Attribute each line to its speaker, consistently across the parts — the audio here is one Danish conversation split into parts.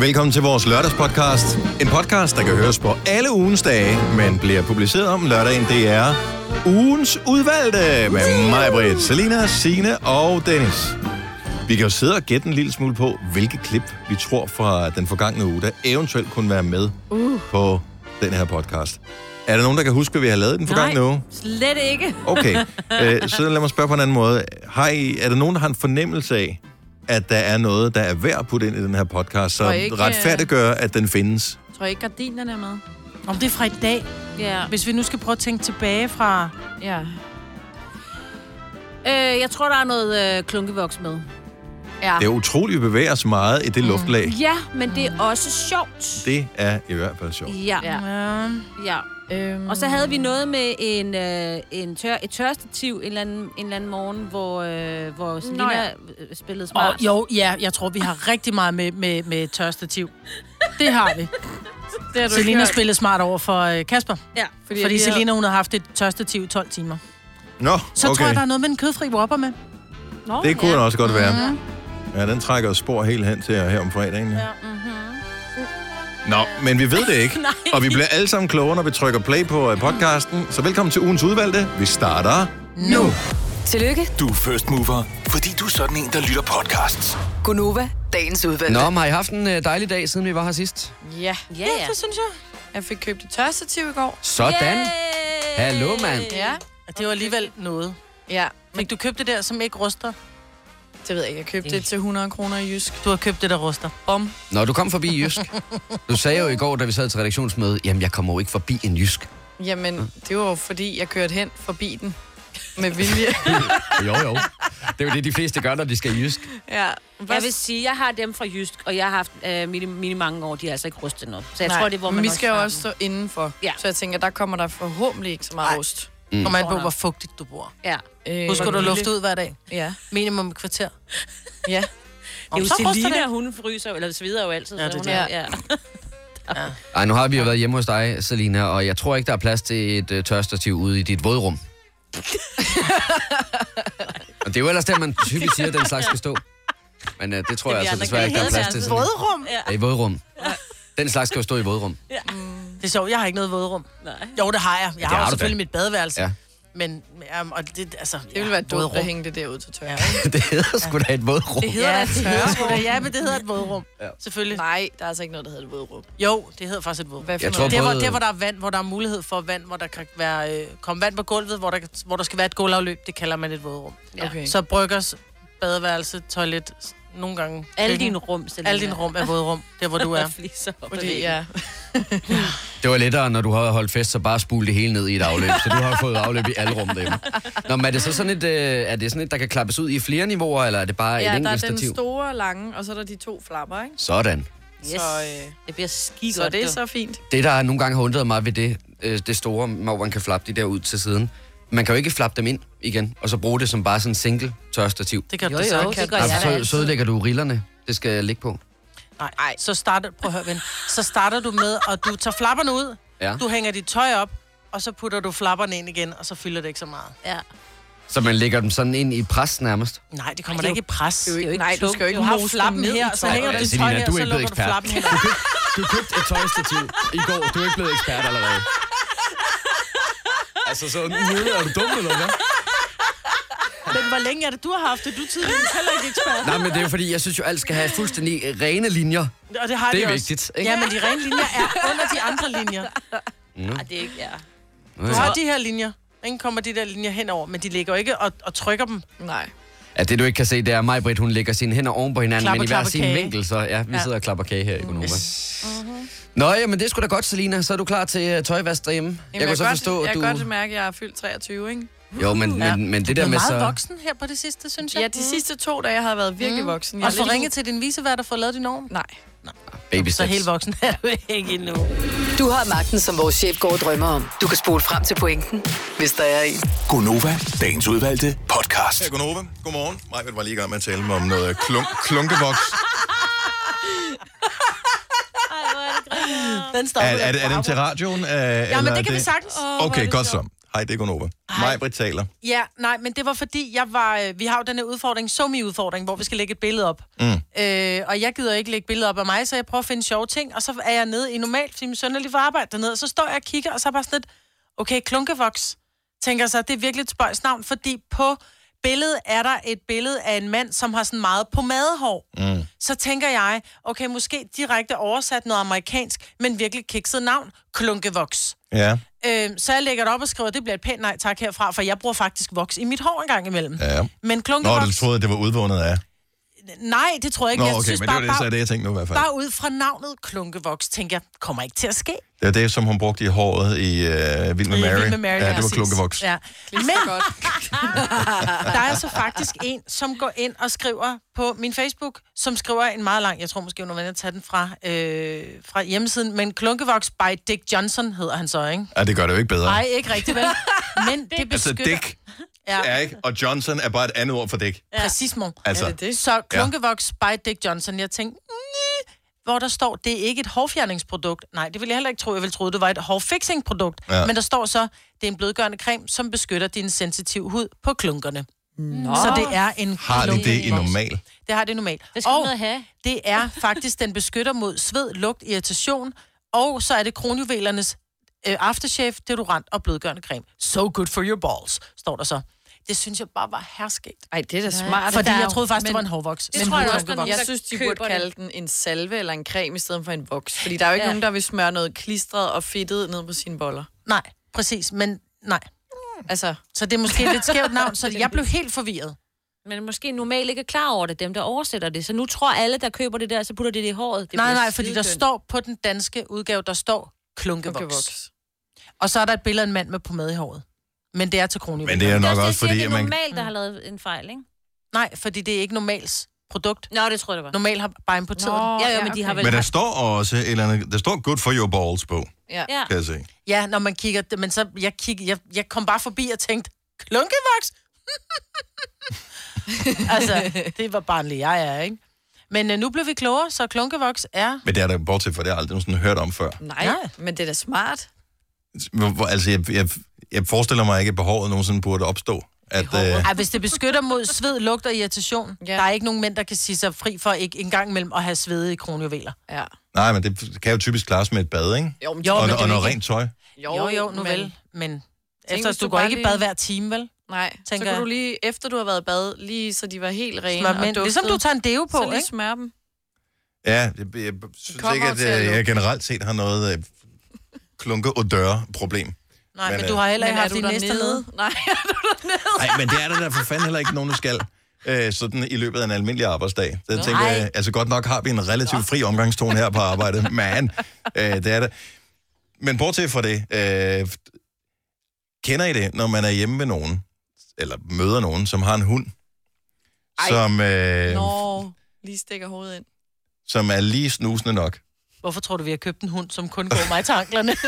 Speaker 1: Velkommen til vores lørdagspodcast. En podcast, der kan høres på alle ugens dage, men bliver publiceret om lørdagen. Det er ugens udvalgte med mig, Britt, Selina, Sine og Dennis. Vi kan jo sidde og gætte en lille smule på, hvilke klip vi tror fra den forgangne uge, der eventuelt kunne være med uh. på den her podcast. Er der nogen, der kan huske, hvad vi har lavet i den forgangne uge?
Speaker 2: slet ikke.
Speaker 1: Okay, øh, så lad mig spørge på en anden måde. Har I, er der nogen, der har en fornemmelse af, at der er noget, der er værd at putte ind i den her podcast, som
Speaker 3: Og ikke, øh,
Speaker 1: retfærdiggør, at den findes?
Speaker 2: Jeg tror ikke, gardinerne er med.
Speaker 3: Om det er fra i dag.
Speaker 2: Ja.
Speaker 3: Hvis vi nu skal prøve at tænke tilbage fra...
Speaker 2: ja. Øh, jeg tror, der er noget øh, klunkevoks med. Ja.
Speaker 1: Det
Speaker 3: Ah.
Speaker 1: er utroligt, at vi bevæger os meget i det
Speaker 3: Mm.
Speaker 1: luftlag.
Speaker 2: Ja, men det er også sjovt.
Speaker 1: Det er i hvert fald sjovt.
Speaker 2: Ja. ja.
Speaker 3: Ja.
Speaker 2: ja.
Speaker 4: Øhm,
Speaker 2: Og så havde vi noget med en, øh, en tør, et tørstativ en eller, anden, en eller anden morgen, hvor, øh, hvor Selina
Speaker 4: ja.
Speaker 2: øh, spillede smart.
Speaker 3: Og, jo, ja, jeg tror, vi har rigtig meget med, med, med tørstativ. Det har vi.
Speaker 4: det har du
Speaker 3: Selina
Speaker 4: ikke hørt.
Speaker 3: spillede smart over for øh, Kasper.
Speaker 2: Ja.
Speaker 3: Fordi,
Speaker 4: at vi
Speaker 3: fordi
Speaker 4: har-
Speaker 3: Selina, hun har haft et tørstativ i 12 timer.
Speaker 1: Nå,
Speaker 3: Så okay. tror
Speaker 1: okay.
Speaker 3: jeg, der er noget med den kødfri Whopper med.
Speaker 2: Nå,
Speaker 1: Det kunne
Speaker 2: ja.
Speaker 1: den også godt være.
Speaker 3: Mm.
Speaker 1: Ja, den trækker os spor helt hen til her om fredagen. Ja.
Speaker 3: mm-hmm.
Speaker 1: Nå, men vi ved det ikke.
Speaker 2: Nej.
Speaker 1: Og vi bliver alle sammen klogere, når vi trykker play på øh, podcasten. Så velkommen til ugens udvalgte. Vi starter
Speaker 3: Nu.
Speaker 5: Tillykke,
Speaker 6: Du er first mover, fordi du er sådan en, der lytter podcasts.
Speaker 5: Gunova, dagens udvalgte.
Speaker 7: Nå, men har I haft en øh, dejlig dag, siden vi var her sidst?
Speaker 4: Ja.
Speaker 2: Ja, ja.
Speaker 3: Det synes jeg.
Speaker 4: Jeg fik købt et tørstativ i går.
Speaker 7: Sådan.
Speaker 2: Yay!
Speaker 7: Hallo, mand.
Speaker 4: Ja.
Speaker 3: Og Det var alligevel noget.
Speaker 4: Ja.
Speaker 3: Fik du købt det der, som ikke ruster?
Speaker 4: Det ved jeg ikke. Jeg købte det til 100 kroner i Jysk.
Speaker 3: Du har købt det, der ruster.
Speaker 4: Bom.
Speaker 7: Nå, du kom forbi Jysk. Du sagde jo i går, da vi sad til redaktionsmøde, jamen, jeg kommer jo ikke forbi en Jysk.
Speaker 4: Jamen, det var jo fordi, jeg kørte hen forbi den. Med vilje.
Speaker 7: Jo, jo. Det er jo det, de fleste gør, når de skal i Jysk.
Speaker 4: ja.
Speaker 2: Jeg vil sige, jeg har dem fra Jysk, og jeg har haft øh, mine, mine mange år, de er altså ikke rustet noget. Så jeg Nej, tror, det er, hvor man
Speaker 4: vi skal jo
Speaker 2: har
Speaker 4: også stå indenfor.
Speaker 2: Ja.
Speaker 4: Ja. Så jeg tænker, der kommer der forhåbentlig ikke så meget Ej. rust.
Speaker 3: Mm. Og man på, hvor fugtigt du bor.
Speaker 2: den. Ja.
Speaker 4: Øh,
Speaker 3: Husk, at du lufte ud hver dag.
Speaker 4: Ja.
Speaker 3: Minimum et kvarter.
Speaker 4: Ja.
Speaker 2: Det er jo
Speaker 3: så ruster
Speaker 2: Selina,
Speaker 3: det.
Speaker 2: hun fryser, eller svider jo altid.
Speaker 3: Ja, det
Speaker 2: så
Speaker 3: er
Speaker 2: hun
Speaker 4: det.
Speaker 2: er- ja.
Speaker 7: Ej, nu har vi jo været hjemme hos dig, Selina, og jeg tror ikke, der er plads til et øh, tørstativ ude i dit vådrum. og det er jo ellers der, man typisk siger, at den slags skal stå. Men øh, det tror jeg altså
Speaker 2: andre
Speaker 7: desværre
Speaker 2: kan
Speaker 7: ikke, der er
Speaker 2: hedde
Speaker 7: plads
Speaker 2: det
Speaker 7: til.
Speaker 2: altså.
Speaker 7: Selina.
Speaker 3: Vådrum?
Speaker 7: Ja, I vådrum. Den slags skal jo stå i vådrum.
Speaker 3: Det er sjovt, jeg har ikke noget vådrum.
Speaker 2: Nej.
Speaker 3: Jo, det har jeg. Jeg har,
Speaker 7: har
Speaker 3: har
Speaker 7: du
Speaker 3: selvfølgelig
Speaker 7: da.
Speaker 3: mit badeværelse.
Speaker 7: Ja.
Speaker 3: Men, um, og det, altså,
Speaker 4: Det ville være dumt at hænge det derude til tørre.
Speaker 7: det hedder sgu da et vådrum.
Speaker 3: Det hedder
Speaker 4: Ja,
Speaker 3: ja, det
Speaker 4: tørre
Speaker 3: hedder sgu da, ja, men det hedder et vådrum. Ja. Selvfølgelig. Nej.
Speaker 4: Nej, der er altså ikke noget, der hedder det vådrum.
Speaker 3: Jo, det hedder faktisk et vådrum.
Speaker 4: Hvad for
Speaker 7: Jeg
Speaker 4: noget?
Speaker 7: tror
Speaker 3: Det var
Speaker 7: Både-
Speaker 3: der, hvor der er vand, hvor der er mulighed for vand, hvor der kan være, øh, komme vand på gulvet, hvor der, kan- hvor der skal være et gulvafløb. Det kalder man et vådrum.
Speaker 2: Ja.
Speaker 4: Okay.
Speaker 3: Så bryggers, badeværelse, toilet, s- nogle gange.
Speaker 2: Alle
Speaker 3: køkken.
Speaker 2: dine rum, Selina.
Speaker 3: Alle dine rum er vådrum, der hvor du
Speaker 2: er
Speaker 3: er.
Speaker 2: fliser op ad
Speaker 4: Fordi,
Speaker 2: væggen.
Speaker 4: ja.
Speaker 7: Det var lettere, når du har holdt fest, så bare spule det hele ned i et afløb. Så du har fået afløb i alle rum derhjemme. Nå, men er det så sådan et, øh, er det sådan et, der kan klappes ud i flere niveauer, eller er det bare et
Speaker 4: ja, der er
Speaker 7: enkelt
Speaker 4: den
Speaker 7: stativ?
Speaker 4: store lange, og så er der de to flapper, ikke?
Speaker 7: Sådan.
Speaker 2: Yes.
Speaker 4: Så, øh,
Speaker 2: det bliver skidt
Speaker 4: så det er så fint.
Speaker 7: Det, der nogle gange har undret mig ved det, øh, det store, hvor man kan flappe de der ud til siden. Man kan jo ikke flappe dem ind igen, og så bruge det som bare sådan en single tørstativ.
Speaker 3: Det kan
Speaker 2: Jo,
Speaker 3: du
Speaker 2: jo,
Speaker 3: så
Speaker 2: det
Speaker 3: kan.
Speaker 2: gør jeg.
Speaker 7: Altså,
Speaker 2: da
Speaker 7: så,
Speaker 2: altid.
Speaker 7: så ødelægger du rillerne. Det skal ligge på.
Speaker 3: Nej, Ej. så starter, prøv at høre, ven. Så starter du med, og du tager flapperne ud,
Speaker 7: Ja.
Speaker 3: du hænger dit tøj op, og så putter du flapperne ind igen, og så fylder det ikke så meget.
Speaker 2: Ja.
Speaker 7: Så man lægger dem sådan ind i pres nærmest.
Speaker 3: Nej, det kommer da ikke i pres.
Speaker 2: Det er jo ikke
Speaker 4: Nej, du
Speaker 2: tungt.
Speaker 4: skal jo ikke
Speaker 3: Du har
Speaker 4: mose
Speaker 3: flappen
Speaker 4: ned i
Speaker 3: her, så
Speaker 4: tøjet.
Speaker 3: hænger du dit
Speaker 7: Altså, Selina,
Speaker 3: tøj her,
Speaker 7: du er
Speaker 3: så
Speaker 7: ikke blevet
Speaker 3: lukker du
Speaker 7: ekspert.
Speaker 3: flappen her.
Speaker 7: Du købte et tøjstativ i går. Du er ikke blevet ekspert allerede. Altså sådan, er du dum eller hvad?
Speaker 3: Men hvor længe er det, du har haft det? Du er tidligere heller ikke ekspert.
Speaker 7: Nej, men det er jo fordi, jeg synes jo, alt skal have fuldstændig øh, rene linjer.
Speaker 3: Og det har
Speaker 7: Det er
Speaker 3: de også.
Speaker 7: vigtigt, ikke?
Speaker 3: Ja, men de rene linjer er under de andre linjer.
Speaker 2: Nej, det er ikke, ja.
Speaker 3: Du har de her linjer. Ingen kommer de der linjer henover, men de ligger jo ikke og, og trykker dem.
Speaker 4: Nej.
Speaker 7: Ja, det du ikke kan se, det er mig, Britt, hun lægger sine hænder oven på hinanden,
Speaker 3: Klapper,
Speaker 7: men i hver
Speaker 3: klapper
Speaker 7: sin
Speaker 3: kage.
Speaker 7: vinkel, så ja, vi
Speaker 3: Ja.
Speaker 7: sidder og klapper kage her i Gonova. Nå, jamen det er sgu da godt, Selina. Så er du klar til øh, tøjvask derhjemme.
Speaker 4: Jamen,
Speaker 7: jeg kunne så
Speaker 4: godt,
Speaker 7: forstå,
Speaker 4: jeg
Speaker 7: at du...
Speaker 4: kan godt mærke, at jeg er fyldt 23, ikke?
Speaker 7: Jo, men,
Speaker 3: Ja.
Speaker 7: men, men det
Speaker 3: Du
Speaker 7: der
Speaker 3: er
Speaker 7: med
Speaker 3: meget
Speaker 7: så...
Speaker 3: voksen her på det sidste, synes jeg. Mm.
Speaker 4: Ja,
Speaker 2: Mhm.
Speaker 4: de sidste to dage har jeg været virkelig voksen. Jeg
Speaker 3: Og
Speaker 4: er
Speaker 3: få
Speaker 4: lidt-
Speaker 3: ringet til din visevært og få lavet din orm.
Speaker 4: Nej.
Speaker 7: Baby
Speaker 3: Så
Speaker 7: steps.
Speaker 3: helt voksen er du ikke endnu.
Speaker 5: Du har magten, som vores chef går og drømmer om. Du kan spole frem til pointen, hvis der er en.
Speaker 6: Gonova, dagens udvalgte podcast.
Speaker 1: Her er Gunova. Godmorgen. Majbet var lige i gang med at tale om noget klunk klunkevoks.
Speaker 3: Den står
Speaker 1: Er, er, det, er dem til radioen? Øh,
Speaker 3: Ja,
Speaker 1: eller øh,
Speaker 3: men det kan vi sagtens.
Speaker 1: Okay, godt så. Hej, det er Gunova. Mig, Britt, taler.
Speaker 3: Ja, nej, men det var fordi, jeg var, øh, vi har jo den her udfordring, somi-udfordring, hvor vi skal lægge et billede op. Mm. Øh, og jeg gider ikke lægge billeder op af mig, så jeg prøver at finde sjove ting, og så er jeg nede i normalt, fordi min søn er lige for arbejde dernede, og så står jeg og kigger, og så er bare sådan lidt, okay, klunkevoks, tænker så, det er virkelig et spøjs navn, fordi på billedet er der et billede af en mand, som har sådan meget pomadehår. Mm. Så tænker jeg, okay, måske direkte oversat noget amerikansk, men virkelig kikset navn, klunkevoks.
Speaker 1: Ja.
Speaker 3: Øh, så jeg lægger det op og skriver, det bliver et pænt nej tak herfra, for jeg bruger faktisk voks i mit hår en gang imellem.
Speaker 1: Ja.
Speaker 3: Men
Speaker 1: Nå,
Speaker 3: klunkevoks...
Speaker 1: du troede, det var udvundet af.
Speaker 3: Nej, det tror jeg ikke.
Speaker 1: Nå,
Speaker 3: jeg
Speaker 1: okay, men det var det, så
Speaker 3: bare,
Speaker 1: er det, jeg tænkte nu i hvert fald.
Speaker 3: bare ud fra navnet klunkevoks, tænker jeg, kommer ikke til at ske.
Speaker 1: Det er det, som hun brugte i håret i øh, Vild med Mary.
Speaker 3: Jeg er vild med Mary
Speaker 1: ja, det var
Speaker 3: præcis.
Speaker 1: klunkevoks. Ja.
Speaker 3: Ja.
Speaker 4: Men... godt.
Speaker 3: Der er så faktisk en, som går ind og skriver på min Facebook, som skriver en meget lang, jeg tror måske, hun er venner at tage den fra, øh, fra hjemmesiden, men klunkevoks by Dick Johnson hedder han så, ikke?
Speaker 1: ja, det gør det jo ikke bedre.
Speaker 3: Nej, ikke rigtigt, vel? Men det
Speaker 1: altså,
Speaker 3: beskytter...
Speaker 1: Dick er
Speaker 3: Ja,
Speaker 1: ikke, og Johnson er bare et andet ord for Dick.
Speaker 3: præcis, mor.
Speaker 1: Altså,
Speaker 4: Er det det?
Speaker 3: Så Klunkevoks by Dick Johnson, jeg tænkte, "Næh." hvor der står, det er ikke et hårfjerningsprodukt. Nej, det ville jeg heller ikke tro. Jeg ville tro, det var et hårfixingprodukt.
Speaker 1: Ja.
Speaker 3: Ja. Men der står så, det er en blødgørende creme, som beskytter din sensitive hud på klunkerne. Nå. Så det er en
Speaker 1: har de det i
Speaker 3: klunkevoks.
Speaker 1: normal?
Speaker 3: Det har det normalt.
Speaker 2: Det skal man ned have.
Speaker 3: det er faktisk, den beskytter mod sved, lugt, irritation, og så er det kronjuvelernes øh, aftershave, deodorant og blødgørende creme. So good for your balls, står der så. Det synes jeg bare var herskægt.
Speaker 4: Ej, det er da smart.
Speaker 3: Fordi
Speaker 4: Der er
Speaker 3: jeg
Speaker 4: jo-
Speaker 3: troede faktisk, det
Speaker 4: men-
Speaker 3: var en hårvoks.
Speaker 4: Men
Speaker 2: tror jeg
Speaker 4: jeg,
Speaker 2: også, der er
Speaker 4: også,
Speaker 2: nogen,
Speaker 4: jeg
Speaker 2: der
Speaker 4: synes, de
Speaker 2: køber
Speaker 4: burde
Speaker 2: det.
Speaker 4: kalde den en salve eller en creme i stedet for en voks. Fordi der er jo ikke
Speaker 2: Ja.
Speaker 4: nogen, der vil smøre noget klistret og fedtet ned på sine boller.
Speaker 3: Nej, præcis, men nej.
Speaker 4: Altså,
Speaker 3: Så det er måske et lidt skævt navn, så jeg blev helt forvirret.
Speaker 2: Men måske normalt ikke er klar over det, dem der oversætter det. Så nu tror alle, der køber det der, så putter de det i håret. Det
Speaker 3: Nej,
Speaker 2: bliver
Speaker 3: nej, fordi der
Speaker 2: skidekønt.
Speaker 3: står på den danske udgave, der står klunkevoks.
Speaker 4: okay,
Speaker 3: klunkevoks.
Speaker 4: voks.
Speaker 3: Og så er der et billede af en mand med pomade i håret. Men det er til kronjuvel.
Speaker 1: Men det er
Speaker 2: Det er
Speaker 1: nok
Speaker 2: også,
Speaker 1: også
Speaker 2: det, jeg
Speaker 1: fordi,
Speaker 2: siger,
Speaker 1: at
Speaker 2: det er
Speaker 1: man...
Speaker 2: normalt, der har lavet en fejl, ikke?
Speaker 3: Nej, fordi det er ikke normals produkt.
Speaker 2: Nå, det tror jeg, det var.
Speaker 3: Normalt har bare importeret.
Speaker 4: Nå.
Speaker 3: Nå.
Speaker 2: Ja, ja,
Speaker 4: Ja,
Speaker 2: men de har
Speaker 4: okay.
Speaker 2: vel...
Speaker 1: Men der står også et eller andet... Der står good for your balls på,
Speaker 4: Ja.
Speaker 2: Ja.
Speaker 1: kan jeg se.
Speaker 3: Ja, når man kigger, men så jeg, kig, jeg, jeg kom bare forbi og tænkte, klunkevoks? altså, det var barnlig jeg er, ikke? Men øh, nu blev vi klogere, så klunkevoks er...
Speaker 1: Men det er der bortset fra, det har jeg aldrig nogensinde hørt om før.
Speaker 4: Nej,
Speaker 3: Nej.
Speaker 4: men det er da smart.
Speaker 1: Hvor, hvor- altså, jeg, jeg, jeg forestiller mig ikke, at behovet nogensinde burde opstå. At, øh,
Speaker 3: Ej, hvis det beskytter mod sved, lugt og irritation, ja.
Speaker 4: Ja.
Speaker 3: der er ikke nogen mænd, der kan sige sig fri for ikke engang mellem at have svede i kronjuveler.
Speaker 4: Ja.
Speaker 1: nej, men det kan jo typisk klares med et bad, ikke?
Speaker 4: Jo, men,
Speaker 3: Jo,
Speaker 1: Og,
Speaker 3: men
Speaker 1: og
Speaker 3: det er
Speaker 1: noget
Speaker 3: ikke-
Speaker 1: rent tøj.
Speaker 3: Jo, jo, nu
Speaker 4: men-
Speaker 3: vel, men... Efter,
Speaker 4: hvis
Speaker 3: du,
Speaker 4: du
Speaker 3: går
Speaker 4: bare
Speaker 3: ikke i
Speaker 4: lige-
Speaker 3: bad hver time, vel?
Speaker 4: Nej, så
Speaker 3: Tænker
Speaker 4: kan
Speaker 3: jeg.
Speaker 4: du lige, efter du har været i bad, lige så de var helt rene
Speaker 3: Smør
Speaker 4: og
Speaker 3: mænd.
Speaker 4: duftede,
Speaker 3: Ligesom du tager en deo på,
Speaker 4: så lige
Speaker 3: ikke?
Speaker 4: smør dem.
Speaker 1: Ja, jeg, jeg synes
Speaker 4: kommer
Speaker 1: ikke,
Speaker 4: jo
Speaker 1: at
Speaker 4: til at
Speaker 1: øh, jeg
Speaker 4: lukke.
Speaker 1: generelt set har noget øh, klunke og døre problem.
Speaker 3: Nej,
Speaker 1: Men,
Speaker 3: men,
Speaker 1: øh,
Speaker 3: du har heller
Speaker 4: Men
Speaker 3: ikke
Speaker 4: er
Speaker 3: haft
Speaker 4: du
Speaker 3: din næste led.
Speaker 4: dernede? Nej, er du dernede?
Speaker 1: Nej, men det er der da for fanden heller ikke nogen, der skal. Øh, sådan i løbet af en almindelig arbejdsdag. Der tænker jeg, altså godt nok har vi en relativt fri omgangstone her på arbejdet, men øh, det er det. Men bortset fra det, øh, kender I det, når man er hjemme ved nogen, eller møder nogen, som har en hund, Ej. som,
Speaker 7: Øhm.
Speaker 1: øh,
Speaker 4: Nå, lige stikker hovedet ind.
Speaker 1: som er lige snusende nok?
Speaker 3: Hvorfor tror du, vi har købt en hund, som kun går mig til anklerne?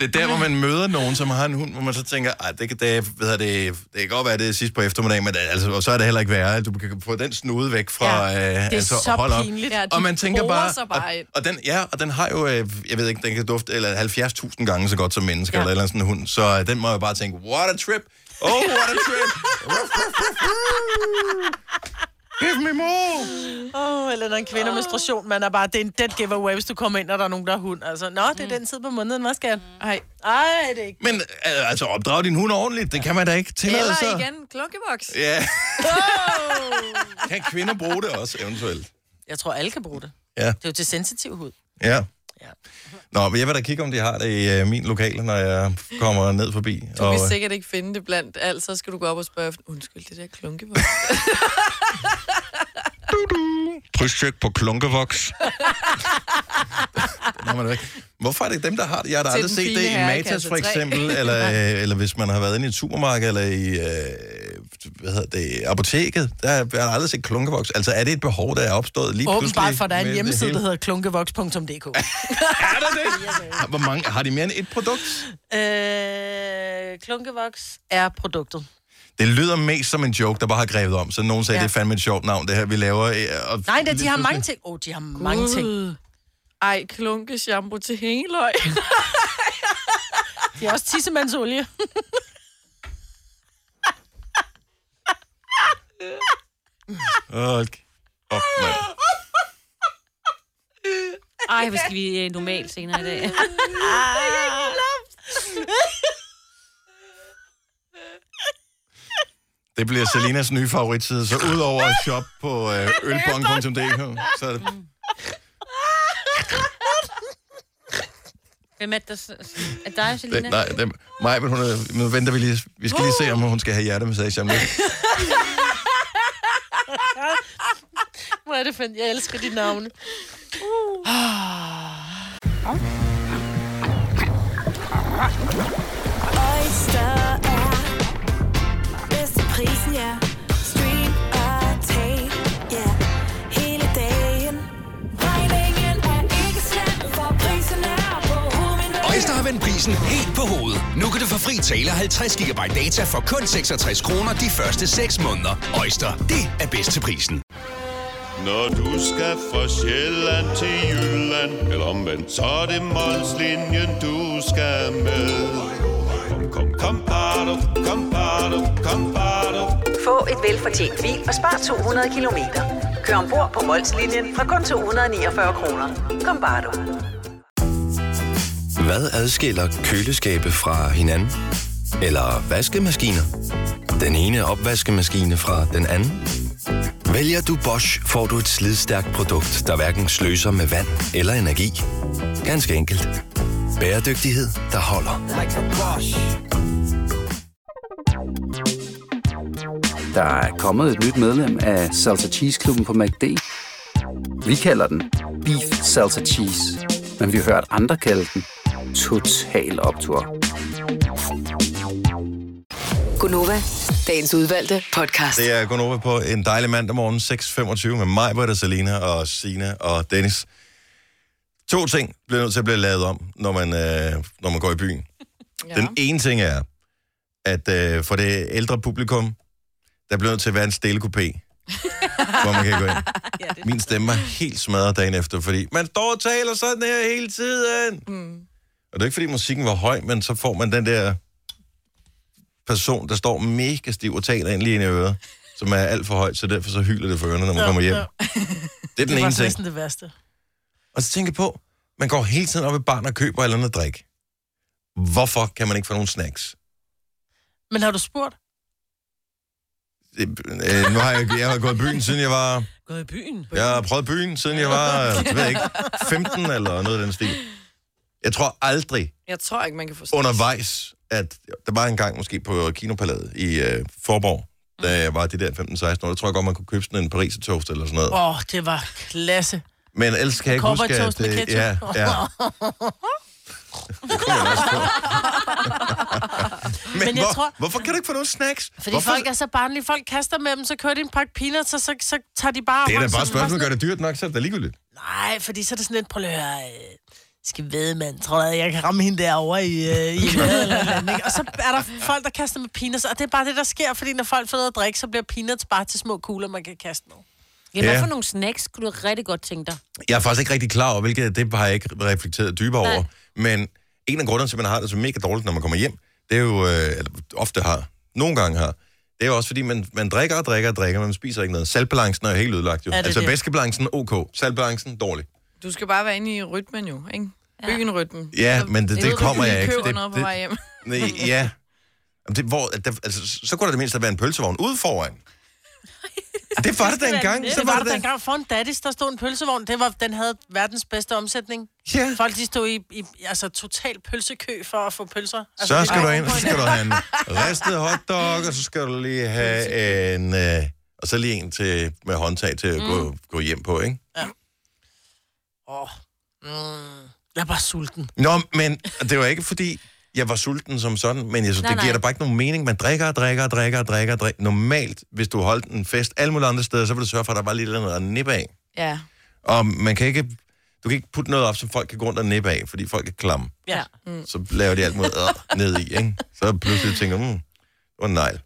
Speaker 1: Det er der, hvor man møder nogen, som har en hund, hvor man så tænker, "Ej, det kan, det, ved jeg, det, det kan godt være, det er sidst på eftermiddagen, men det, altså, og så er det heller ikke værre. Du kan få den snude væk fra... Ja, øh,
Speaker 3: Det er
Speaker 1: altså,
Speaker 3: så
Speaker 1: hold op.
Speaker 3: pinligt.
Speaker 4: Ja, de
Speaker 1: Og man tænker
Speaker 4: borer
Speaker 1: bare,
Speaker 4: sig bare
Speaker 1: og,
Speaker 4: ind.
Speaker 1: og, den, ja, og den har jo, øh, jeg ved ikke, den kan dufte eller 70.000 gange så godt som mennesker, ja. eller, et eller andet sådan en hund, så øh, den må jo bare tænke, what a trip, oh, what a trip. Give me more.
Speaker 3: Åh, oh, eller når en kvinde har menstruation, man er bare, det er en dead giveaway, hvis du kommer ind, og der er nogen, der har hund. Altså, nå, det er den tid på måneden, hvad skal jeg? Ej, ej, det er ikke.
Speaker 1: Men øh, altså, opdrag din hund ordentligt, det kan man da ikke tillade
Speaker 4: Eller
Speaker 1: sig.
Speaker 4: igen, klunkeboks.
Speaker 1: Ja. kan kvinder bruge det også, eventuelt?
Speaker 3: Jeg tror, alle kan bruge det.
Speaker 1: Ja.
Speaker 3: Det er jo til sensitiv hud.
Speaker 1: Ja. Nå, men jeg vil da kigge, om de har det i øh, min lokale, når jeg kommer ned forbi.
Speaker 4: Du
Speaker 1: Og,
Speaker 4: vil
Speaker 1: øh,
Speaker 4: sikkert ikke finde det blandt alt, så skal du gå op og spørge, undskyld, det der klunkeboks.
Speaker 1: Krydstjek på klunkevoks. Den har man da ikke. Hvorfor er det ikke dem, der har det? Jeg har da
Speaker 4: Til
Speaker 1: aldrig
Speaker 4: den
Speaker 1: set
Speaker 4: fine
Speaker 1: det i
Speaker 4: herre i
Speaker 1: Matas
Speaker 4: kasse
Speaker 1: for
Speaker 4: tre.
Speaker 1: eksempel, eller, øh, eller hvis man har været inde i et supermarked, eller i øh, hvad hedder det, apoteket. Der har jeg aldrig set klunkevoks. Altså er det et behov, der er opstået lige pludselig?
Speaker 3: Åbenbart, for der er en
Speaker 1: med det
Speaker 3: hjemmeside,
Speaker 1: hele?
Speaker 3: der hedder klunkevoks.dk.
Speaker 1: Er der det? Hvor mange, har de mere end et produkt?
Speaker 3: øh, klunkevoks er produktet.
Speaker 1: Det lyder mest som en joke, der bare har grebet om. Så nogen sagde, ja.
Speaker 3: Ja.
Speaker 1: det er fandme et sjovt navn, det her, vi laver. øh, Og
Speaker 3: Nej, da, de har mange ting. Åh, oh, de har mange ting.
Speaker 4: Ej, klunke shampoo til hængeløg.
Speaker 3: Det er også tissemandsolie.
Speaker 1: Hold op, mand.
Speaker 2: Ej, hvor skal vi øh, normalt senere i dag.
Speaker 1: Det bliver Selinas nye favoritside, så udover at shoppe på øh, ølbong.dk, så er det...
Speaker 2: Hvem er det, der... s- s- Er dig,
Speaker 1: det
Speaker 2: Selina?
Speaker 1: nej, det, Maja, men hun er, nu venter vi lige. Vi skal lige se, om hun skal have hjertemassage om lidt.
Speaker 3: Hvor er det fedt. Jeg elsker de navne.
Speaker 8: Oyster er bedst til prisen, ja. Stream og tag, ja. Hele dagen. Regningen er ikke slem, for prisen er på
Speaker 9: Øjster har vendt prisen helt på hovedet. Nu kan du få fri tale 50 GB data for kun 66 kroner de første 6 måneder. Øjster, det er bedst til prisen.
Speaker 10: Når du skal fra Sjælland til Jylland Eller omvendt, så er det Molslinjen, du skal med Kom, kom, kom, bado, kom, bado, kom, bado.
Speaker 5: Få et velfortjent bil og spar 200 kilometer. Kør ombord på Molslinjen fra kun 249 kroner. Kom bare du.
Speaker 11: Hvad adskiller køleskabe fra hinanden? Eller vaskemaskiner? Den ene opvaskemaskine fra den anden? Vælger du Bosch, får du et slidstærkt produkt, der hverken sløser med vand eller energi. Ganske enkelt. Bæredygtighed, der holder.
Speaker 12: Like a Bosch.
Speaker 7: Der er kommet et nyt medlem af Salsa Cheese Klubben på MACD. Vi kalder den Beef Salsa Cheese, men vi har hørt andre kalde den Total Optor.
Speaker 13: Gunova, dagens udvalgte podcast.
Speaker 1: Det er Gunova på en dejlig mandag morgen, 6.25 med mig, Britta, Selina og Sina og Dennis. To ting bliver nødt til at blive lavet om, når man, øh, når man går i byen. Ja. Den ene ting er, at øh, for det ældre publikum, der bliver nødt til at være en stille coupé, hvor man kan gå ind. Min stemme er helt smadret dagen efter, fordi man står og taler sådan her hele tiden.
Speaker 4: Mm.
Speaker 1: Og det er ikke, fordi musikken var høj, men så får man den der person, der står mega stiv og taler ind lige ind i øret, som er alt for højt, så derfor så hyler det for ørerne, når man kommer hjem.
Speaker 3: Ja.
Speaker 1: Det er den
Speaker 3: det
Speaker 1: ene
Speaker 3: var
Speaker 1: ting.
Speaker 3: næsten det værste.
Speaker 1: Og så tænker jeg på, man går hele tiden op i barn og køber et eller andet drik. Hvorfor kan man ikke få nogle snacks?
Speaker 3: Men har du spurgt?
Speaker 1: Det, øh, nu har jeg, jeg har gået i byen, siden jeg var...
Speaker 3: Gået i byen?
Speaker 1: Jeg har prøvet byen, siden jeg var, øh, jeg ved ikke, 15 eller noget af den stil. Jeg tror aldrig,
Speaker 4: Jeg tror ikke, man kan forstå.
Speaker 1: undervejs, at der var en gang måske på Kinopaladet i øh, Forborg, da jeg var de der 15-16 år, der tror jeg godt, man kunne købe sådan en Paris toast eller sådan noget.
Speaker 3: Åh, oh, det var klasse.
Speaker 1: Men ellers kan jeg ikke huske, at...
Speaker 3: Cowboytoast med
Speaker 1: øh,
Speaker 3: ketchup.
Speaker 1: ja, ja. Men,
Speaker 3: Men jeg
Speaker 1: hvor,
Speaker 3: tror-
Speaker 1: hvorfor kan du ikke få nogle snacks? hvorfor?
Speaker 3: Fordi Hvorfor? folk er så barnlige. Folk kaster med dem, så kører de en pakke peanuts, og så, så tager de bare...
Speaker 1: Det er da
Speaker 3: hånd-
Speaker 1: bare et
Speaker 3: så
Speaker 1: spørgsmål, gør det dyrt nok, så er det da ligegyldigt.
Speaker 3: Nej, fordi så er det sådan lidt, prøv lige at høre, øh, skal ved, mand, tror du, at jeg kan ramme hende derovre i, øh, i mad eller, et eller andet, ikke? Og så er der folk, der kaster med peanuts, og det er bare det, der sker, fordi når folk får noget at drikke, så bliver peanuts bare til små kugler, man kan kaste med.
Speaker 2: Ja,
Speaker 1: Ja.
Speaker 2: hvad for nogle snacks skulle du rigtig godt tænke dig?
Speaker 1: Jeg er faktisk ikke rigtig klar over, hvilket det har jeg ikke reflekteret dybere
Speaker 2: Nej.
Speaker 1: over. Men en af grunderne til, at man har det så mega dårligt, når man kommer hjem, det er jo, øh, eller ofte har, nogle gange har, det er jo også fordi, man, man drikker og drikker og drikker, men man spiser ikke noget. Saltbalancen er jo helt ødelagt jo.
Speaker 4: Ja, det er
Speaker 1: altså
Speaker 4: det.
Speaker 1: væskebalancen, ok. Saltbalancen, dårlig.
Speaker 4: Du skal bare være inde i rytmen jo, ikke? Byen rytmen.
Speaker 1: Ja, men det- det kommer jeg ikke.
Speaker 4: Det,
Speaker 1: Det-
Speaker 4: noget på
Speaker 1: det-
Speaker 4: vej hjem.
Speaker 1: Nej, ja. Jamen, Det, hvor, at der, altså, så- så kunne der det mindste være en pølsevogn ude foran. Det var det dengang. Så
Speaker 3: det var det dengang. Foran Daddy's, der stod en pølsevogn. Det var, den havde verdens bedste omsætning.
Speaker 1: Ja.
Speaker 3: Folk, de stod i, i altså, total pølsekø for at få pølser. Altså,
Speaker 1: Så
Speaker 3: det
Speaker 1: skal
Speaker 3: var-
Speaker 1: du ind, og så skal du have en ristet hotdog, og så skal du lige have en... Øh, og så lige en til, med håndtag til at mm. gå, gå hjem på, ikke?
Speaker 3: Åh, mm, jeg er bare sulten.
Speaker 1: Nå, men det var ikke fordi, jeg var sulten som sådan, men jeg synes,
Speaker 3: Nej,
Speaker 1: det giver da
Speaker 3: nej.
Speaker 1: bare ikke nogen mening. Man drikker og drikker og drikker og drikker og drikker. Normalt, hvis du holdt en fest alle mulige andre steder, så ville du sørge for, at der var lidt eller andet at nippe af.
Speaker 4: Ja.
Speaker 1: Og man kan ikke... Du kan ikke putte noget op, som folk kan gå rundt og nippe af, fordi folk er klamme.
Speaker 3: Ja.
Speaker 1: Så laver de alt muligt øh, ned i, ikke? Så pludselig tænker man, mm, det var en negl.